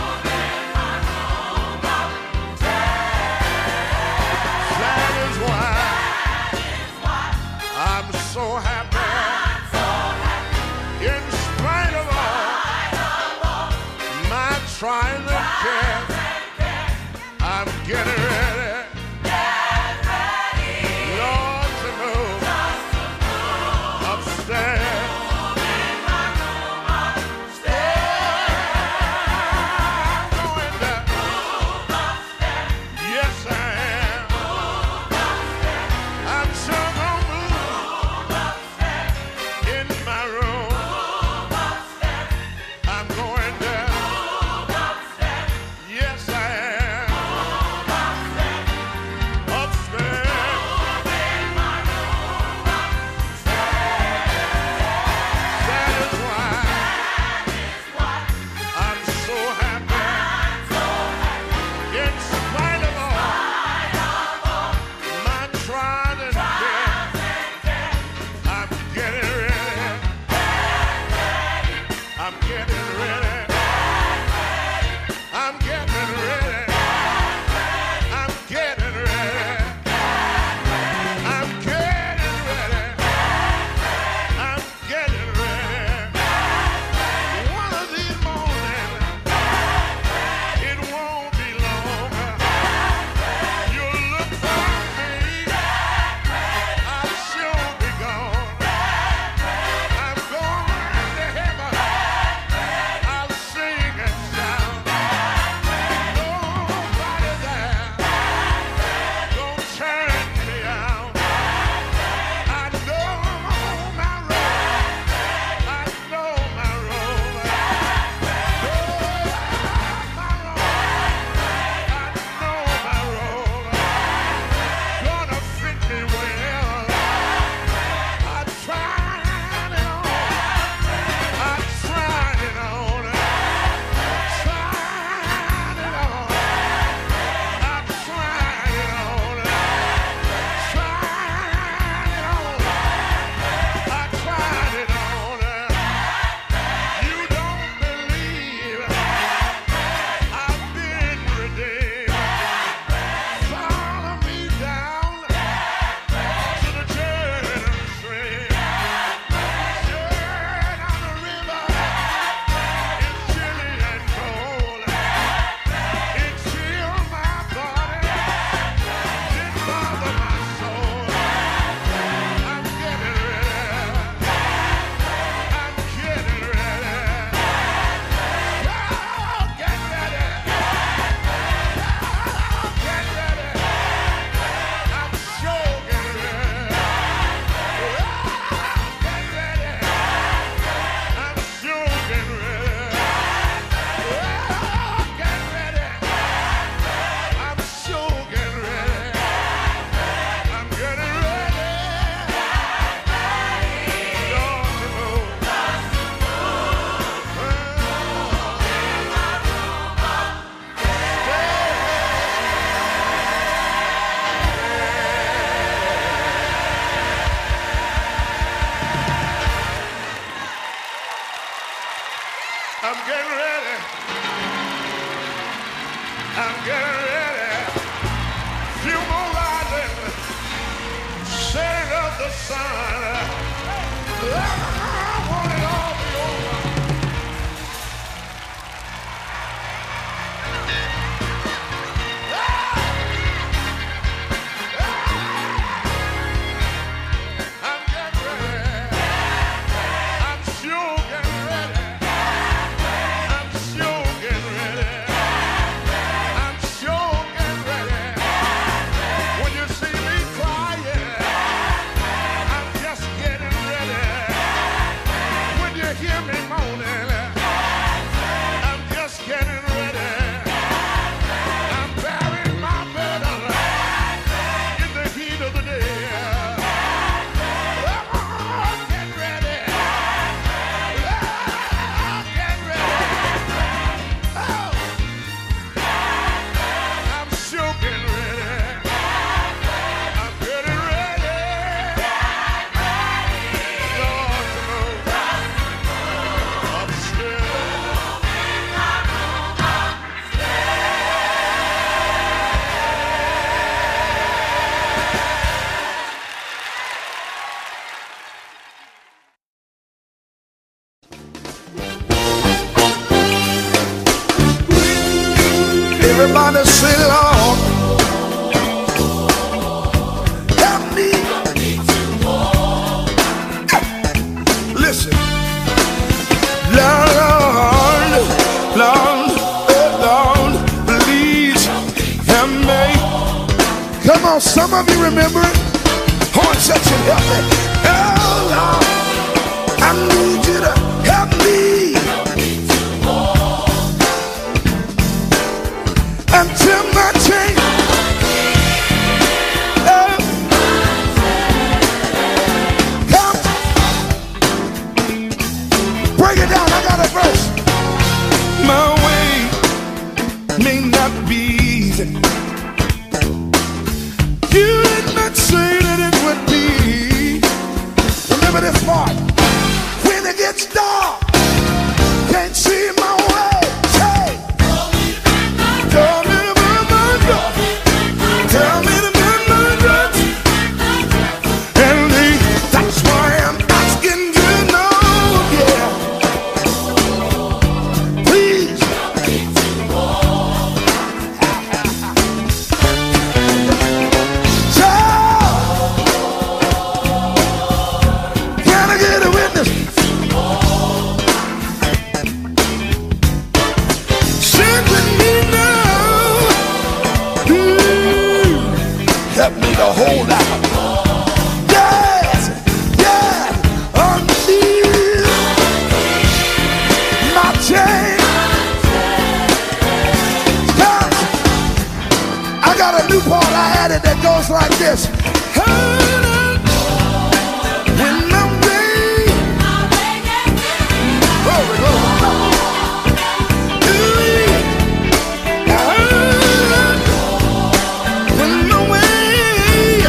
That is why I'm so happy. In spite of all my trying to get, I'm getting ready. Lord, to move upstairs. I'm going there. Yes, I am. I'm sure gonna move Oh, Oh,
Everybody say, Lord, help me. Listen, Lord, Lord, Lord, please help me. Come on, some of you remember it. Horn section, help me. Oh, Lord, I need you to help me. until my chain. Oh. Help. Break it down. I got a verse. My way may not be easy. You did not say that it would be. Remember this part. When it gets dark, can't see my way. Hey. Tell me about my drugs. Tell me about my drugs. And they- that's why I'm asking you now, yeah. Please. Child, can I get a witness? Sing with me now. Mm. Help me to hold out. Yes, yes, until my chain comes. I got a new part I added that goes like this. When I'm ready, glory, glory.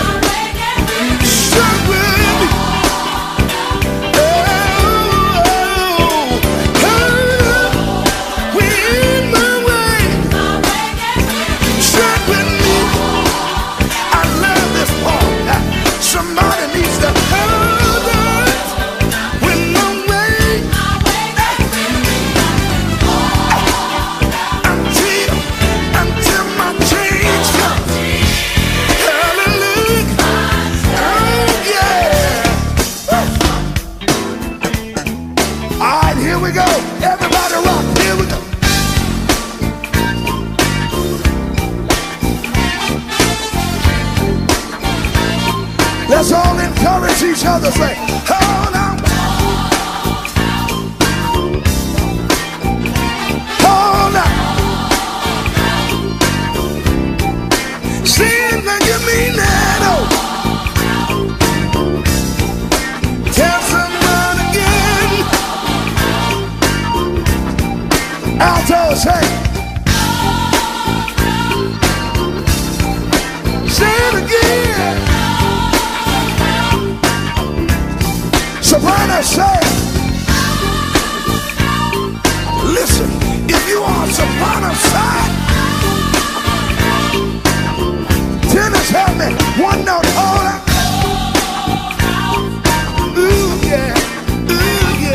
Oh, Somebody needs to hold on when I'm way until, until my change comes. Hallelujah. Oh, yeah. Woo. All right, here we go. Everybody rock. Here we go. Let's all encourage each other. Say, hold on. Hold on. Sin that you mean that oh Tell someone again Alto say Say it again Soprano say Listen, if you are soprano side Tennis help me. One note, hold up. Ooh, yeah.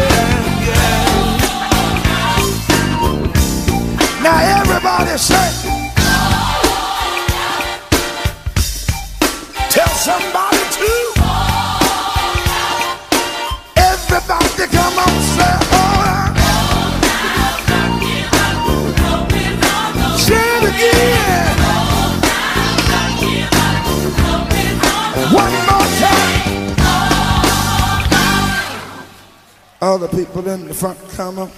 All the people in the front come up.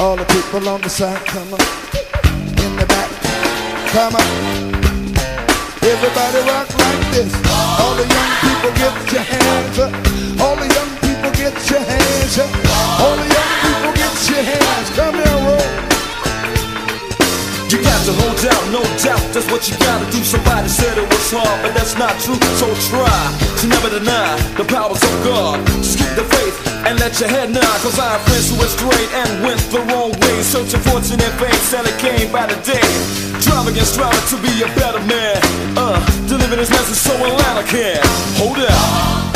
All the people on the side come up. In the back come up. Everybody rock like this. All the young people get your hands up. All the young people get your hands up. All the young people get your hands. Come here, roll.
You got to hold out, no doubt, that's what you gotta do. Somebody said it was hard, but that's not true. So try to never deny the powers of God. Just keep the faith and let your head nod. Cause I have friends who were straight and went the wrong way. Searching fortune and fame, and it came by the day. Driving and striving to be a better man. Uh, delivering his message so Atlanta can. Hold out.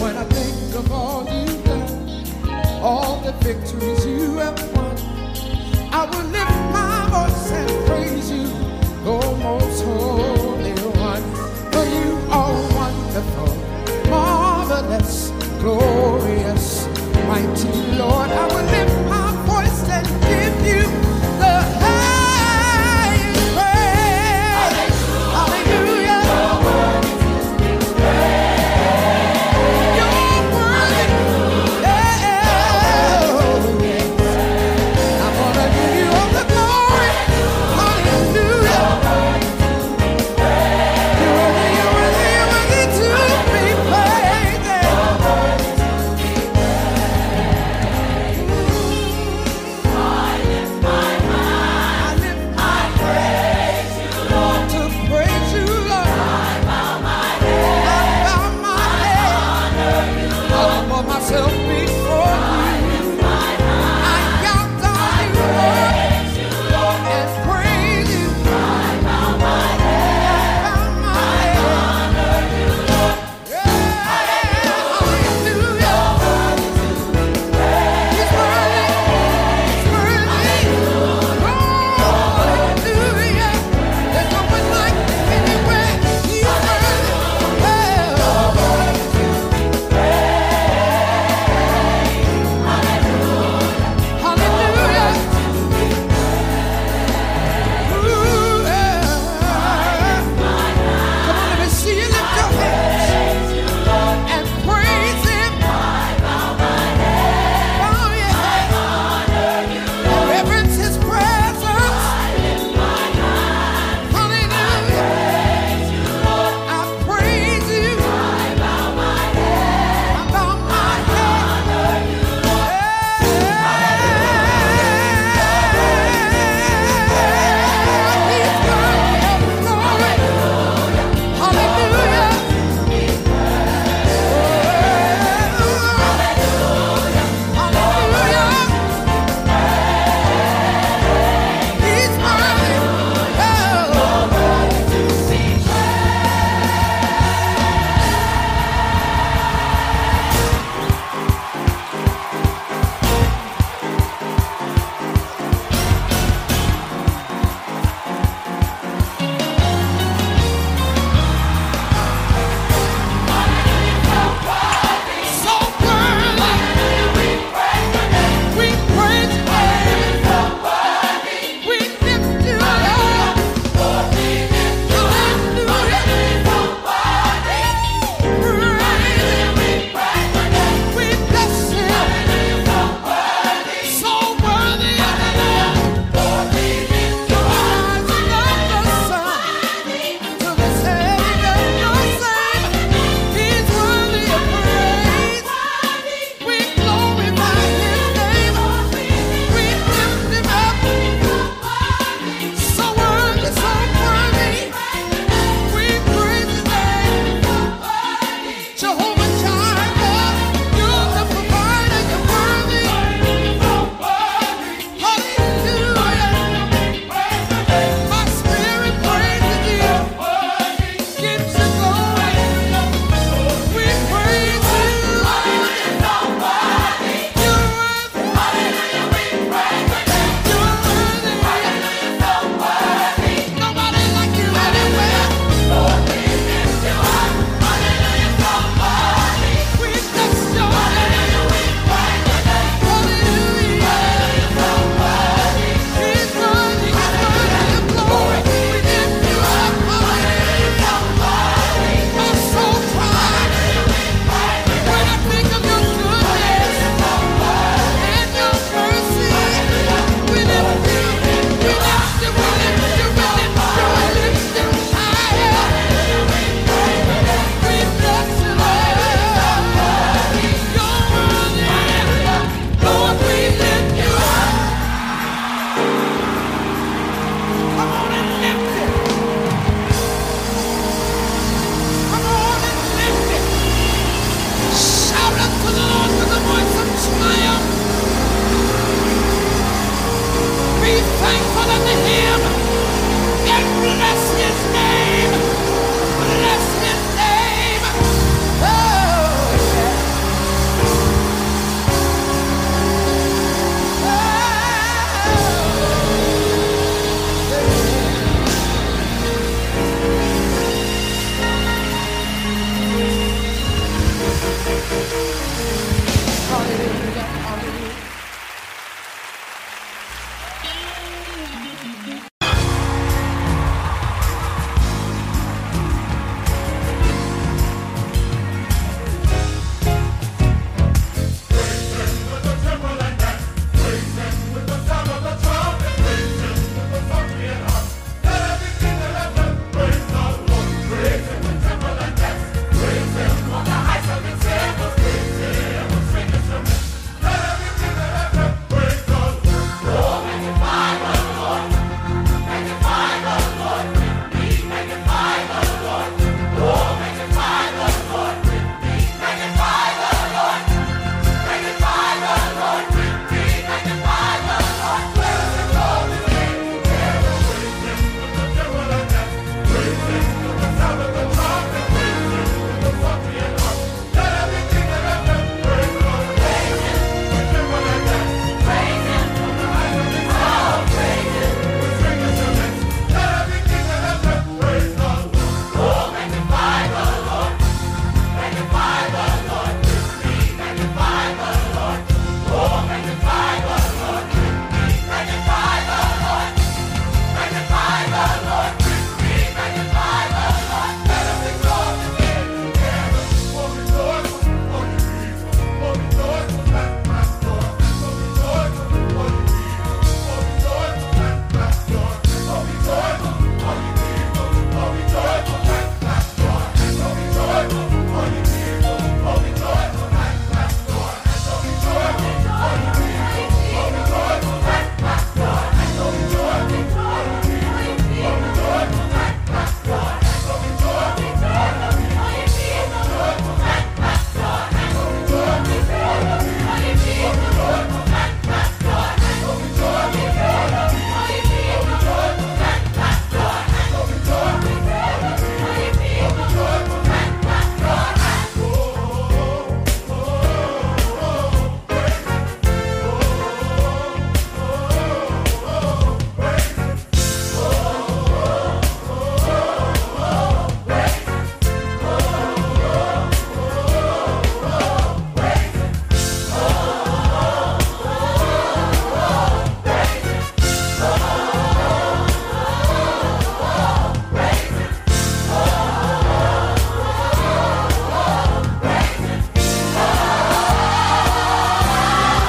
When I think of all you've done, all the victories you have won, I will lift my voice and praise you, O most holy one. For you are wonderful, marvelous, glorious, mighty Lord. I will lift my voice and give you the highest praise. Hallelujah. Hallelujah. Oh. Jehovah Jireh, you're the provider, you're worthy. Hallelujah. My spirit praises you, gives you glory. We praise you. You're worthy. You're worthy. Nobody like you anywhere. Shout out to the Lord with a voice of triumph. Be thankful unto Him and bless His name. Bless His name. Oh,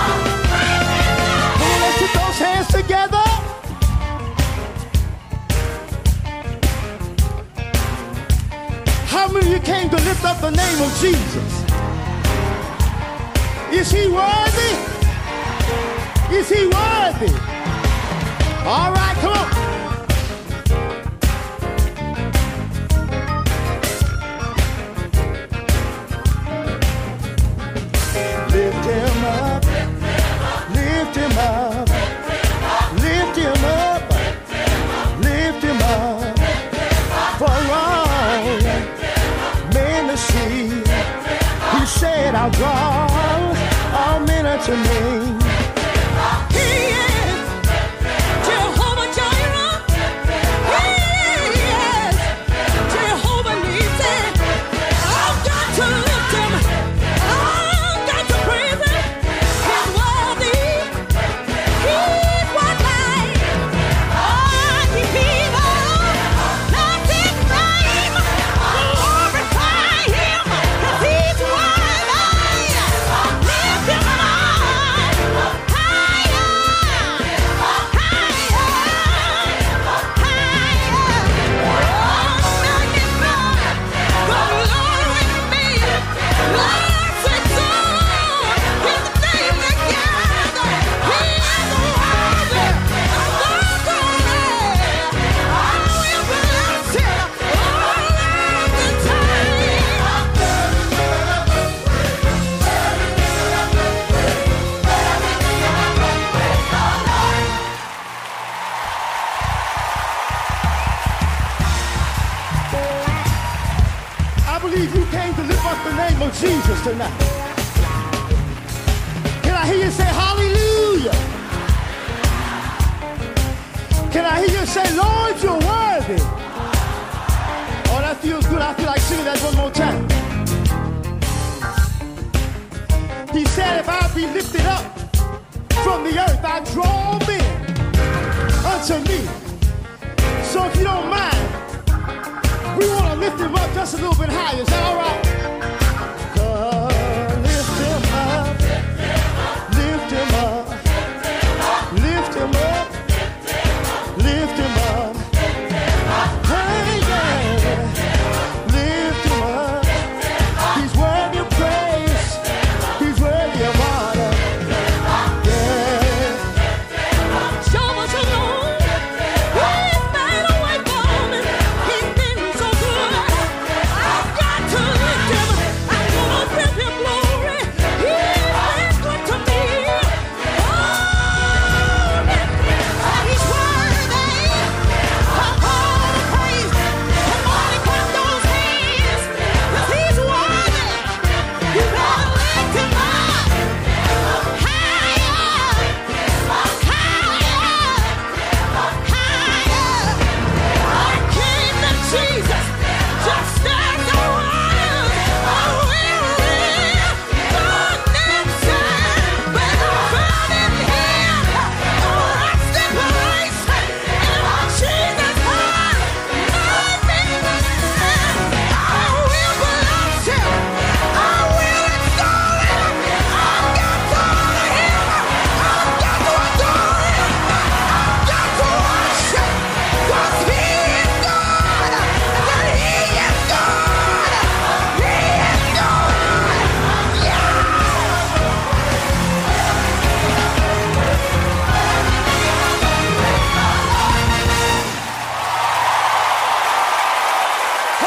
Come on, let's put those hands together. How many of you came to lift up the name of Jesus? Is he worthy? Is he worthy? All right, come on.
You said I'll draw all men unto me.
He is Jehovah Jireh. He is Jehovah Nissi. I've got to lift him. I've got to praise him. He's worthy. He's what life. All the people, let his name glorify him. 'Cause he's worthy. Lift him high. Oh,
I believe you came to lift up the name of Jesus tonight. Can I hear you say hallelujah? Can I hear you say, Lord, you're worthy? Oh, that feels good. I feel like singing that one more time. He said, if I be lifted up from the earth, I draw men unto me. So if you don't mind, we want to lift him up just a little bit higher. Is that all right? God, lift him up. Lift him up. Lift him up. Lift him up. Hey, yeah. Lift him up. He's worthy of praise. He's worthy of honor. Yeah.
Jesus, just stand around. Oh,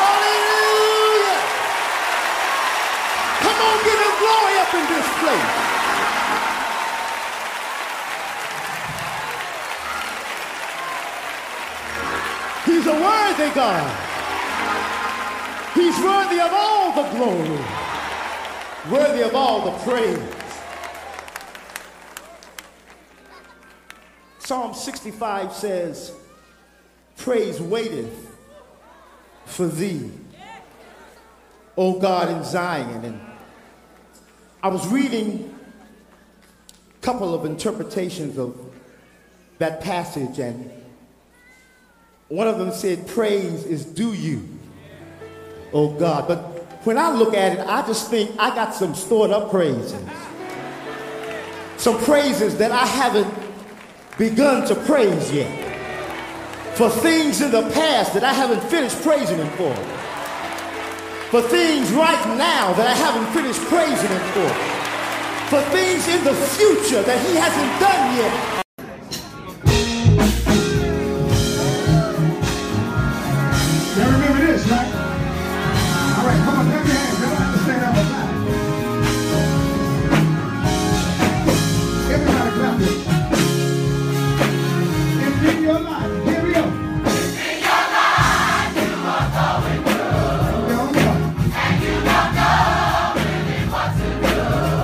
Hallelujah! Come on, give him glory up in this place. He's a worthy God. He's worthy of all the glory, worthy of all the praise. Psalm 65 says, Praise waiteth for thee, O God in Zion. And I was reading a couple of interpretations of that passage, and one of them said, Praise is due you, O God. But when I look at it, I just think I got some stored up praises. Some praises that I haven't begun to praise yet for things in the past that I haven't finished praising Him for, for things right now that I haven't finished praising Him for, for things in the future that He hasn't done yet.
Now remember this, right? All right, come on, clap your hands. Y'all have to stand up and clap. Everybody clap this. If in your life, here we go. If in your life, you are going through. And you are going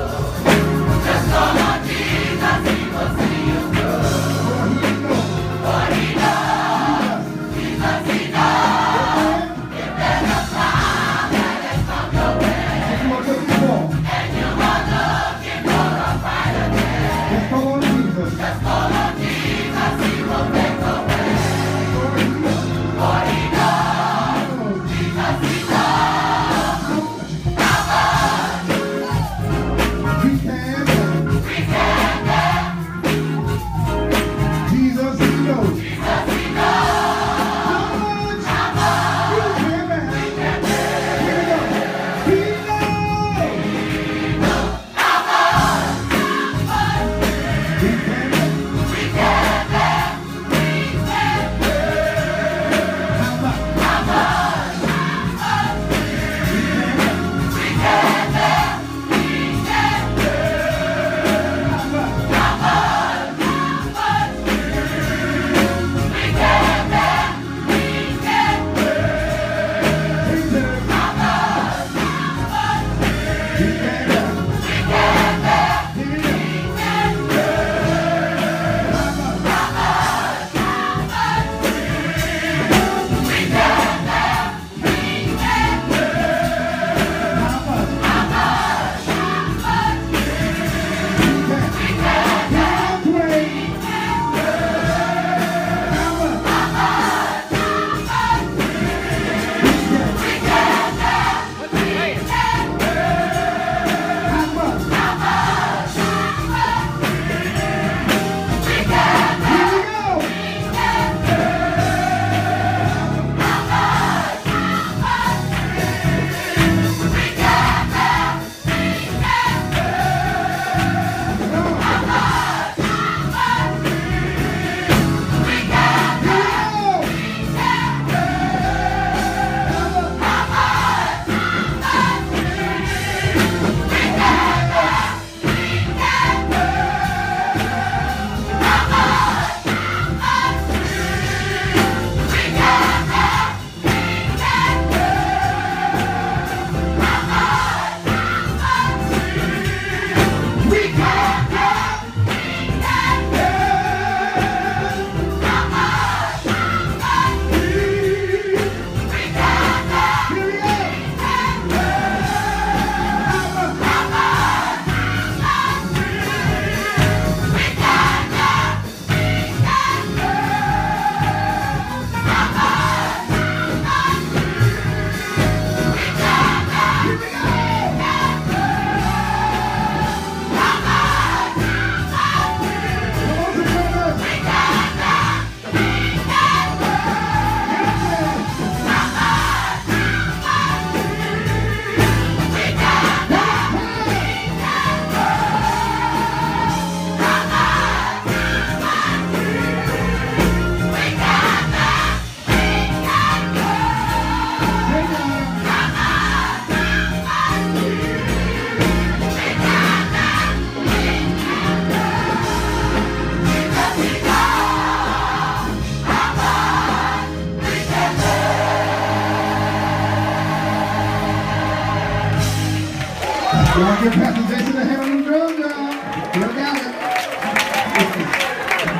Y'all give Pastor Jason a hand on the drum, y'all. Y'all got it.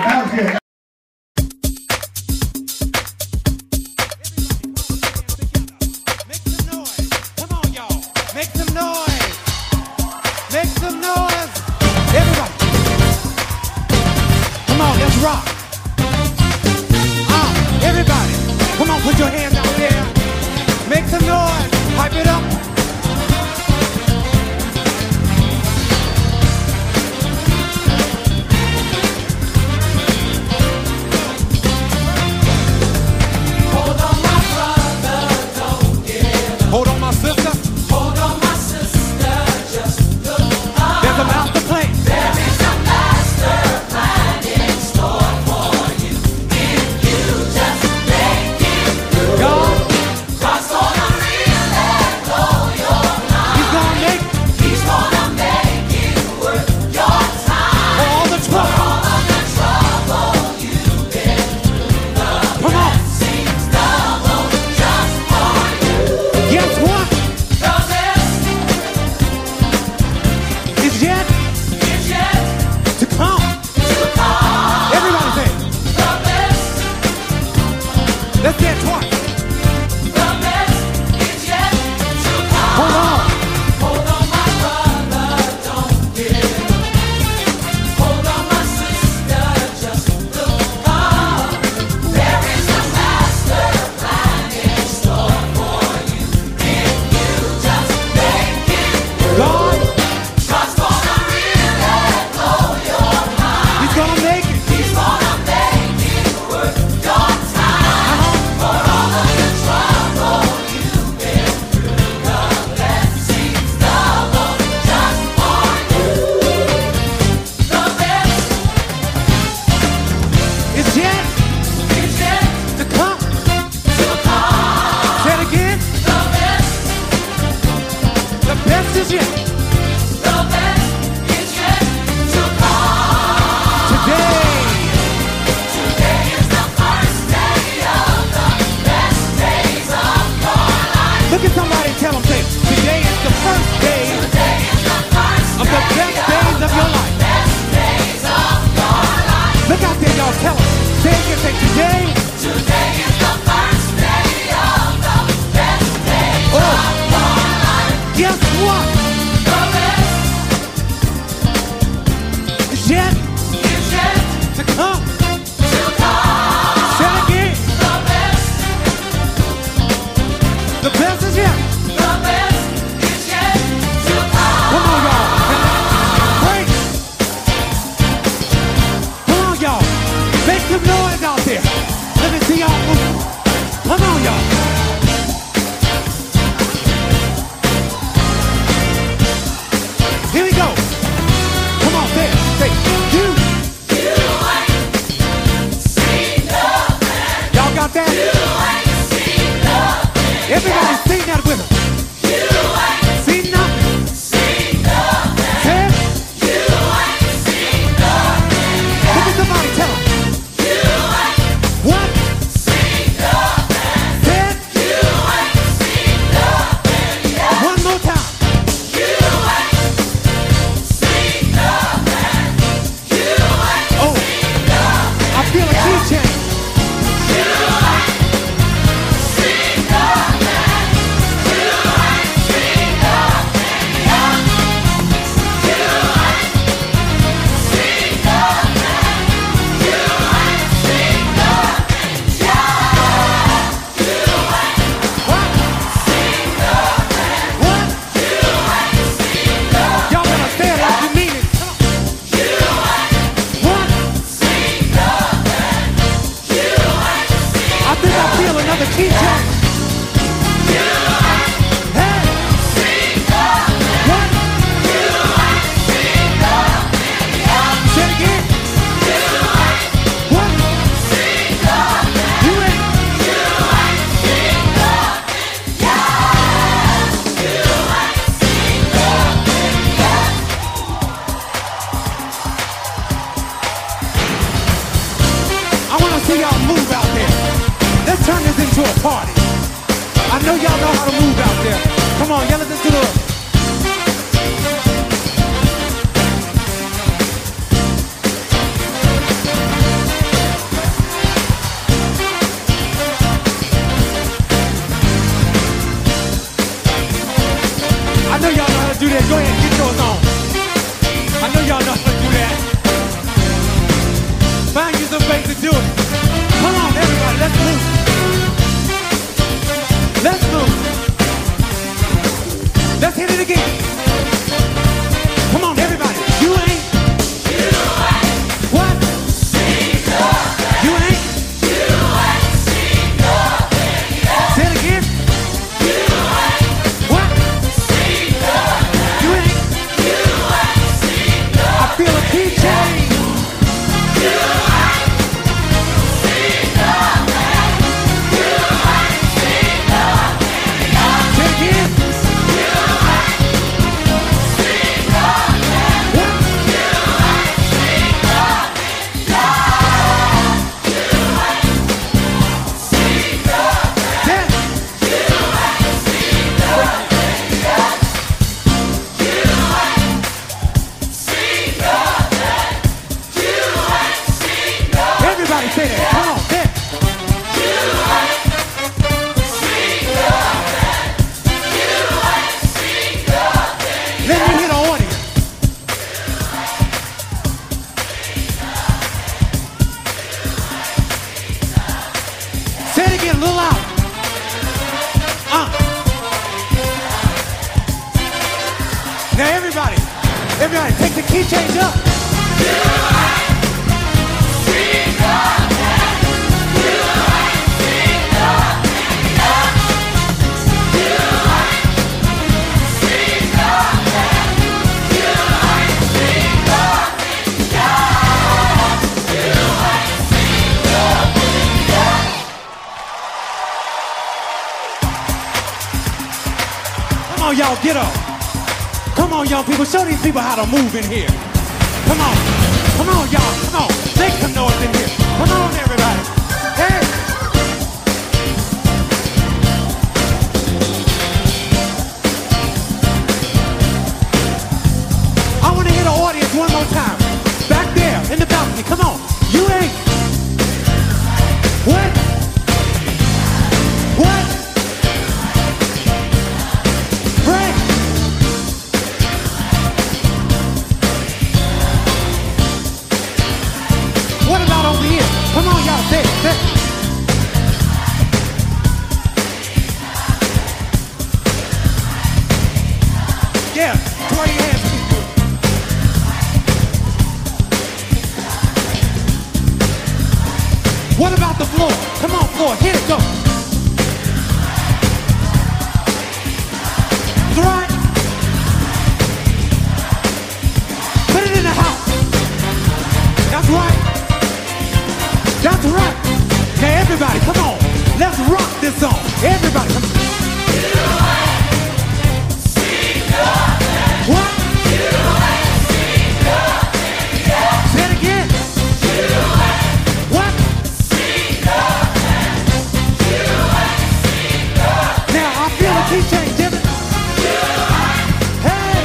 That was good.
Make some noise. Make some noise. Everybody. Come on, let's rock. Ah, everybody. Come on, put your hands out there. Make some noise. Hype it up. Hold on, my sister. Hold on, my sister. Just look up. There's a mouth to play. There is a master plan in store for you if you just make it through. God, God's gonna feel that blow your mind. He's gonna make. He's gonna make it worth your time. For all the trouble. For all of the trouble you've been through. The Come on. seems double just for you. Yes, what? It's yet to come. Everybody say, it. let's say it twice. Hold on. God, He's gonna make it. He's gonna make it worth your time. For all of the trouble you've been through, the blessings double just for you. The best is yet, is yet to come. To come. Say it again. The best, the best is yet. The best is yet to come. Today. Today is the first day of the best days of your life. Look at somebody and tell them, say, today is the first day. Today is the first of the best days of your life. Best days of your life. Look out there, y'all. Tell them. Say it again. Say today. Today is the first day of the best days of your life. Oh, Guess what? The best is yet to come. Say it again. The best is yet. Come on, y'all. Break. Come on, y'all. Make some noise out there. Let me see y'all move. Come on, y'all. Here we go. Come on, say it. Say, you. You ain't seen nothing. Y'all got that? You ain't seen nothing. Everybody sing that with us. You ain't seen nothing. Seen nothing. Say it. You ain't seen nothing. Look at somebody, tell them. You ain't what? Seen nothing. Say it. You ain't seen nothing. One more time. You ain't Oh, I feel a key change. Y'all better stand like you mean it. What? I think I feel another key change. Hey. What? Say it again. What? You ain't- I want to see y'all move out there. Let's turn this into a party. I know y'all know how to move out there. Come on, yell at this to the.
Now everybody, everybody, take the key change up. Come on, y'all, get up. Come on, young people, show these people how to move in here. Come on, come on, y'all, come on, make some noise in here. Come on, everybody. Hey. I want to hear the audience one more time. Back there in the balcony, come on. You ain't. What? What? Break. What about over here? Come on, y'all, there, there. Yeah, throw your hands. What about the floor? Come on, floor, here it go. Throw it. Put it in the house. That's right. That's right. Now everybody, come on. Let's rock this song. Everybody, come on. What? Say it again. What? Now I feel a key change, damn it. Hey!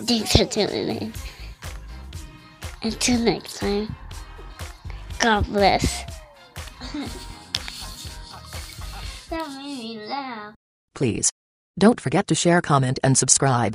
Thanks for tuning in. Until next time, God bless. that made me laugh.
Please. Don't forget to share, comment, and subscribe.